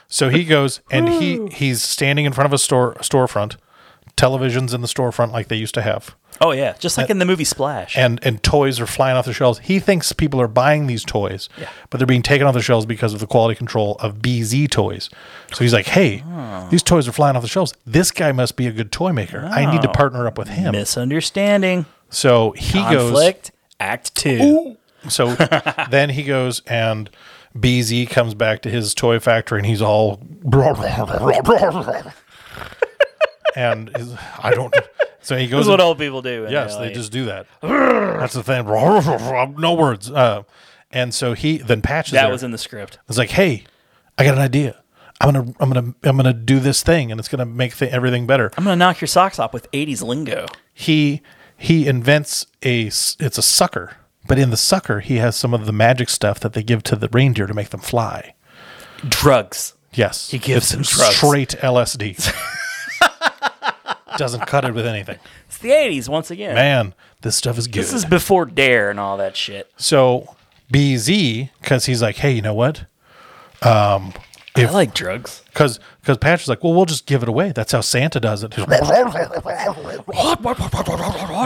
S2: so he goes and he he's standing in front of a store storefront, televisions in the storefront like they used to have,
S1: Oh, yeah. Just like in the movie Splash.
S2: and and toys are flying off the shelves. He thinks people are buying these toys, but they're being taken off the shelves because of the quality control of BZ toys. So he's like, "Hey, these toys are flying off the shelves. This guy must be a good toy maker. I need to partner up with him."
S1: Misunderstanding.
S2: so he goes
S1: Conflict. Act two.
S2: So then he goes and BZ comes back to his toy factory and he's all and his, I don't. So he goes.
S1: That's what
S2: and-
S1: old people do. when
S2: yes,
S1: they're
S2: they
S1: like-
S2: just do that. That's the thing. No words. Uh, and so he then patches.
S1: That
S2: there.
S1: was in the script.
S2: It's like, hey, I got an idea. I'm gonna, I'm gonna, I'm gonna do this thing, and it's gonna make th- everything better.
S1: I'm going to knock your socks off with 80s lingo.
S2: he he invents a s- it's a sucker but in the sucker he has some of the magic stuff that they give to the reindeer to make them fly
S1: Drugs.
S2: yes
S1: He gives
S2: it's
S1: them drugs.
S2: straight lsd doesn't cut it with anything
S1: It's the 80s once again.
S2: man this stuff is good
S1: This is before Dare and all that shit.
S2: so bz because he's like hey you know what
S1: I like drugs.
S2: because because Patrick's like, well, we'll just give it away. That's how Santa does it.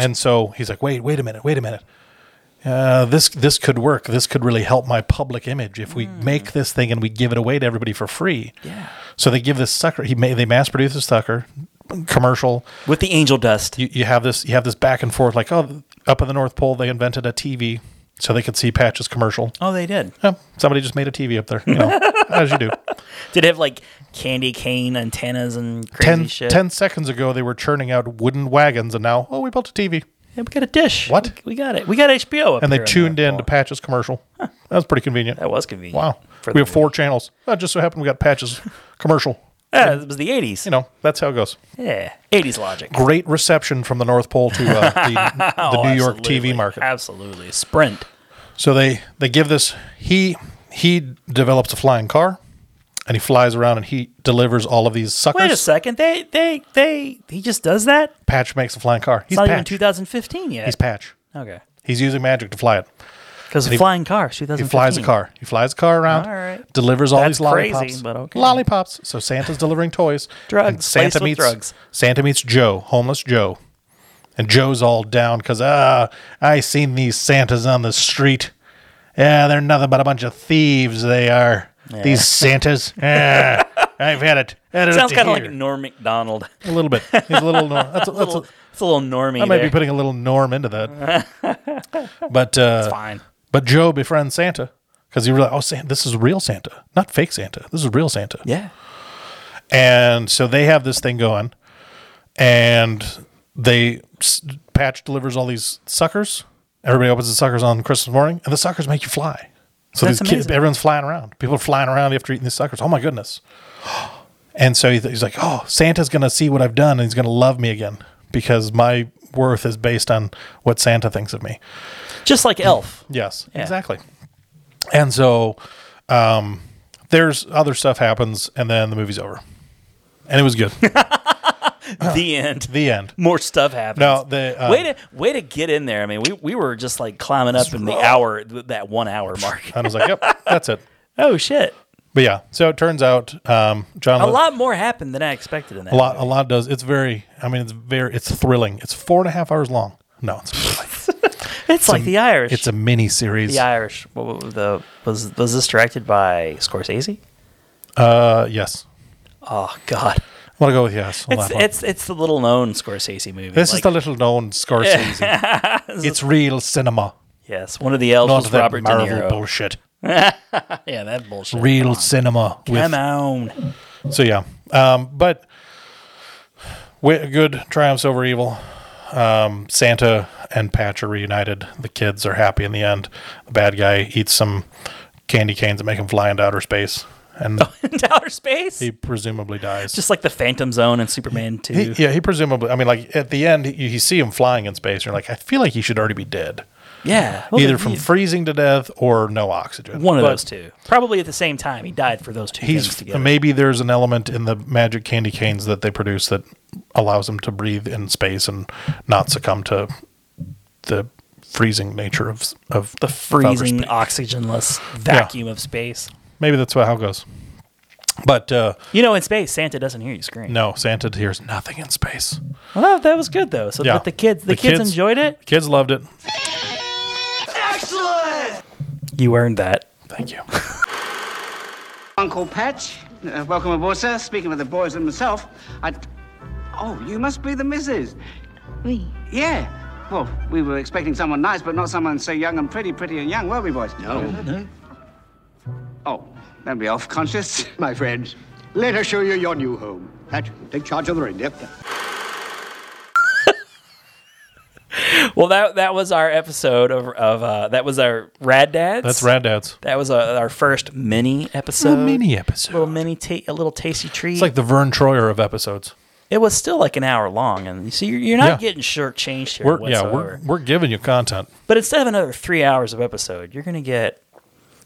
S2: and so he's like, wait, wait a minute, wait a minute. Uh, this this could work. This could really help my public image if we make this thing and we give it away to everybody for free. Yeah. So they give this sucker. He ma- they mass produce this sucker commercial.
S1: With the angel dust.
S2: You, you have this you have this back and forth like oh up in the North Pole they invented a TV so they could see Patch's commercial.
S1: oh, they did.
S2: Oh, somebody just made a TV up there. You know, as you do.
S1: Did it have like candy cane antennas and crazy
S2: 10,
S1: shit?
S2: 10 seconds ago they were churning out wooden wagons and now oh we built a tv
S1: Yeah, we got a dish.
S2: What?
S1: We, we got it. We got HBO. Up
S2: and they
S1: here on
S2: tuned
S1: that
S2: in to
S1: wall.
S2: patches commercial that was pretty convenient
S1: That was convenient.
S2: wow
S1: For the
S2: we have four channels that just so happened we got patches commercial
S1: Yeah, it was the 80s.
S2: you know that's how it goes
S1: yeah. 80s logic.
S2: great reception from the north pole to uh, the, the new york
S1: Absolutely.
S2: tv market
S1: Absolutely. Sprint.
S2: so they they give this he he develops a flying car and he flies around and he delivers all of these suckers
S1: Wait a second. They, they, they, he just does that? It's
S2: patch makes a flying car he's
S1: not even
S2: patch
S1: 2015 yet.
S2: he's patch
S1: okay.
S2: he's using magic to fly it
S1: Because flying cars, 2015.
S2: He flies a car. He flies a car around.
S1: All right.
S2: Delivers all
S1: That's
S2: these lollipops.
S1: crazy, but okay.
S2: Lollipops. So Santa's delivering toys.
S1: Drugs,
S2: And Santa
S1: laced with
S2: meets
S1: drugs.
S2: Santa meets Joe, homeless Joe, and Joe's all down because ah, I seen these Santas on the street. Yeah, they're nothing but a bunch of thieves. They are these Santas. Ah, I've had it. Had it up
S1: Sounds
S2: to
S1: kind of
S2: here."
S1: like Norm McDonald.
S2: a little bit. He's a little. Norm. That's a, that's a,
S1: It's a little normie.
S2: I might
S1: there.
S2: be putting a little norm into that. but uh,
S1: fine.
S2: But Joe befriends Santa because he realized, oh, Santa, this is real Santa, not fake Santa. This is real Santa.
S1: Yeah.
S2: And so they have this thing going, and they s- Patch delivers all these suckers. Everybody opens the suckers on Christmas morning, and the suckers make you fly. So
S1: That's
S2: these kids,
S1: amazing.
S2: everyone's flying around. People are flying around after eating these suckers. Oh my goodness! And so he th- he's like, "Oh, Santa's gonna see what I've done, and he's gonna love me again because my worth is based on what Santa thinks of me."
S1: Just like Elf.
S2: Yes,
S1: Yeah.
S2: exactly. And so um, there's other stuff happens, and then the movie's over, and it was good.
S1: the end.
S2: the end.
S1: More stuff happens.
S2: No, the uh,
S1: way to way to get in there. I mean, we, we were just like climbing up in the hour that one hour mark.
S2: and I was like, "Yep, that's it."
S1: Oh shit!
S2: But yeah, so it turns out um, John
S1: A
S2: Lith-
S1: lot more happened than I expected in that.
S2: a lot, a lot does. It's very. I mean, it's very. It's thrilling. It's four and a half hours long. No, it's
S1: It's like the Irish.
S2: it's a mini series.
S1: the Irish. What, what- the was was this directed by Scorsese?
S2: Uh, yes,
S1: Oh God!
S2: I want to go with yes. on
S1: It's
S2: that one.
S1: it's it's the little known Scorsese movie.
S2: this is
S1: Like,
S2: the little known Scorsese. it's real cinema,
S1: yes one of the elves
S2: not
S1: was
S2: that
S1: Robert De
S2: Marvel
S1: Niro.
S2: bullshit.
S1: Yeah, that bullshit.
S2: Real cinema with
S1: Come on.
S2: So yeah, um, but wi- good triumphs over evil. Um, Santa and Patch are reunited. The kids are happy in the end. The bad guy eats some candy canes that make him fly into outer space, and
S1: Into outer space.
S2: he presumably
S1: Oh,
S2: dies.
S1: just like the Phantom Zone and Superman Two.
S2: He- yeah, he presumably. I mean, like at the end, you, you see him flying in space. And you're like, I feel like he should already be dead.
S1: Yeah. Well,
S2: either
S1: they-
S2: from freezing to death or no oxygen.
S1: one of
S2: But
S1: those two. Probably at the same time. He died for those two things
S2: He's
S1: together.
S2: maybe there's an element in the magic candy canes that they produce that allows them to breathe in space and not succumb to the freezing nature of of
S1: the
S2: outer
S1: freezing,
S2: space.
S1: oxygenless vacuum of space.
S2: Maybe that's how it goes. But uh,
S1: You know, in space, Santa doesn't hear you scream.
S2: no, Santa hears nothing in space.
S1: Well, that was good though. So
S2: Yeah.
S1: that the kids, the,
S2: The
S1: kids,
S2: kids-
S1: enjoyed it.
S2: Kids loved it.
S1: You earned that.
S2: Thank you.
S8: Uncle Patch. Uh, welcome aboard, sir. Speaking of the boys and myself, I. Oh, you must be the missus.
S9: Me?
S8: Yeah. Well, we were expecting someone nice, but not someone so young and pretty, pretty and young, were we, boys? No. Oh, don't be off conscious.
S10: My friends, let us show you your new home. Pat, take charge of the reindeer.
S1: Well, that that was our episode of of uh, that was our Rad Dads.
S2: That's Rad Dads.
S1: That was uh, our first mini episode.
S2: A mini episode.
S1: Little mini, ta- a little tasty treat.
S2: It's like the Vern Troyer of episodes.
S1: it was still like an hour long, and you see, you're, you're not
S2: Yeah.
S1: getting shortchanged here
S2: We're
S1: whatsoever.
S2: yeah, we're we're giving you content.
S1: But instead of another three hours of episode, you're gonna get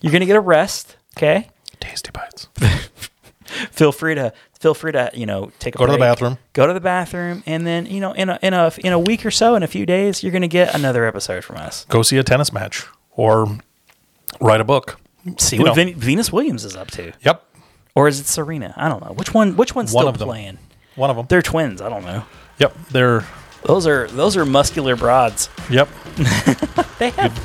S1: you're gonna get a rest. Okay.
S2: Tasty bites.
S1: Feel free to feel free to you know take a
S2: Go to the
S1: break,
S2: bathroom.
S1: Go to the bathroom, and then you know in a in a in a week or so, in a few days, you're gonna get another episode from us.
S2: Go see a tennis match or write a book.
S1: See
S2: You
S1: what
S2: know.
S1: Ven- Venus Williams is up to,
S2: Yep.
S1: or is it Serena? I don't know. Which one? Which one's
S2: One
S1: still
S2: of them.
S1: playing?
S2: One of them.
S1: They're twins. I don't know.
S2: yep. They're
S1: Those are those are muscular broads.
S2: yep.
S1: They have.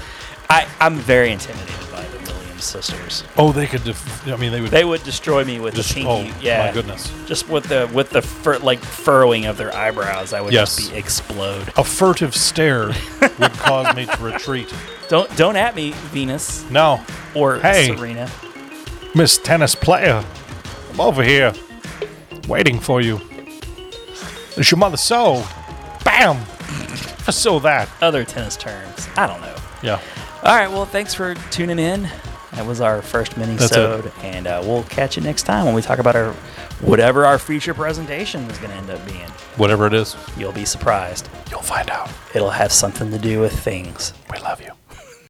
S1: I I'm very intimidated by the Williams sisters.
S2: Oh, they could. Def- I mean, they would.
S1: They would destroy me with
S2: Just-
S1: the
S2: oh,
S1: pinky. yeah.
S2: my goodness.
S1: Just with the with the fur, like furrowing of their eyebrows, I would
S2: Yes.
S1: just be explode.
S2: a furtive stare would cause me to retreat.
S1: Don't don't at me, Venus
S2: No,
S1: or
S2: Hey.
S1: Serena.
S2: Miss Tennis Player, I'm over here, waiting for you. It's your mother so. Bam. I saw that.
S1: Other tennis terms. I don't know.
S2: Yeah.
S1: All right. Well, thanks for tuning in. That was our first mini-sode, and uh, we'll catch you next time when we talk about our whatever our feature presentation is going to end up being.
S2: Whatever it is,
S1: You'll be surprised.
S2: you'll find out.
S1: It'll have something to do with things.
S2: We love you.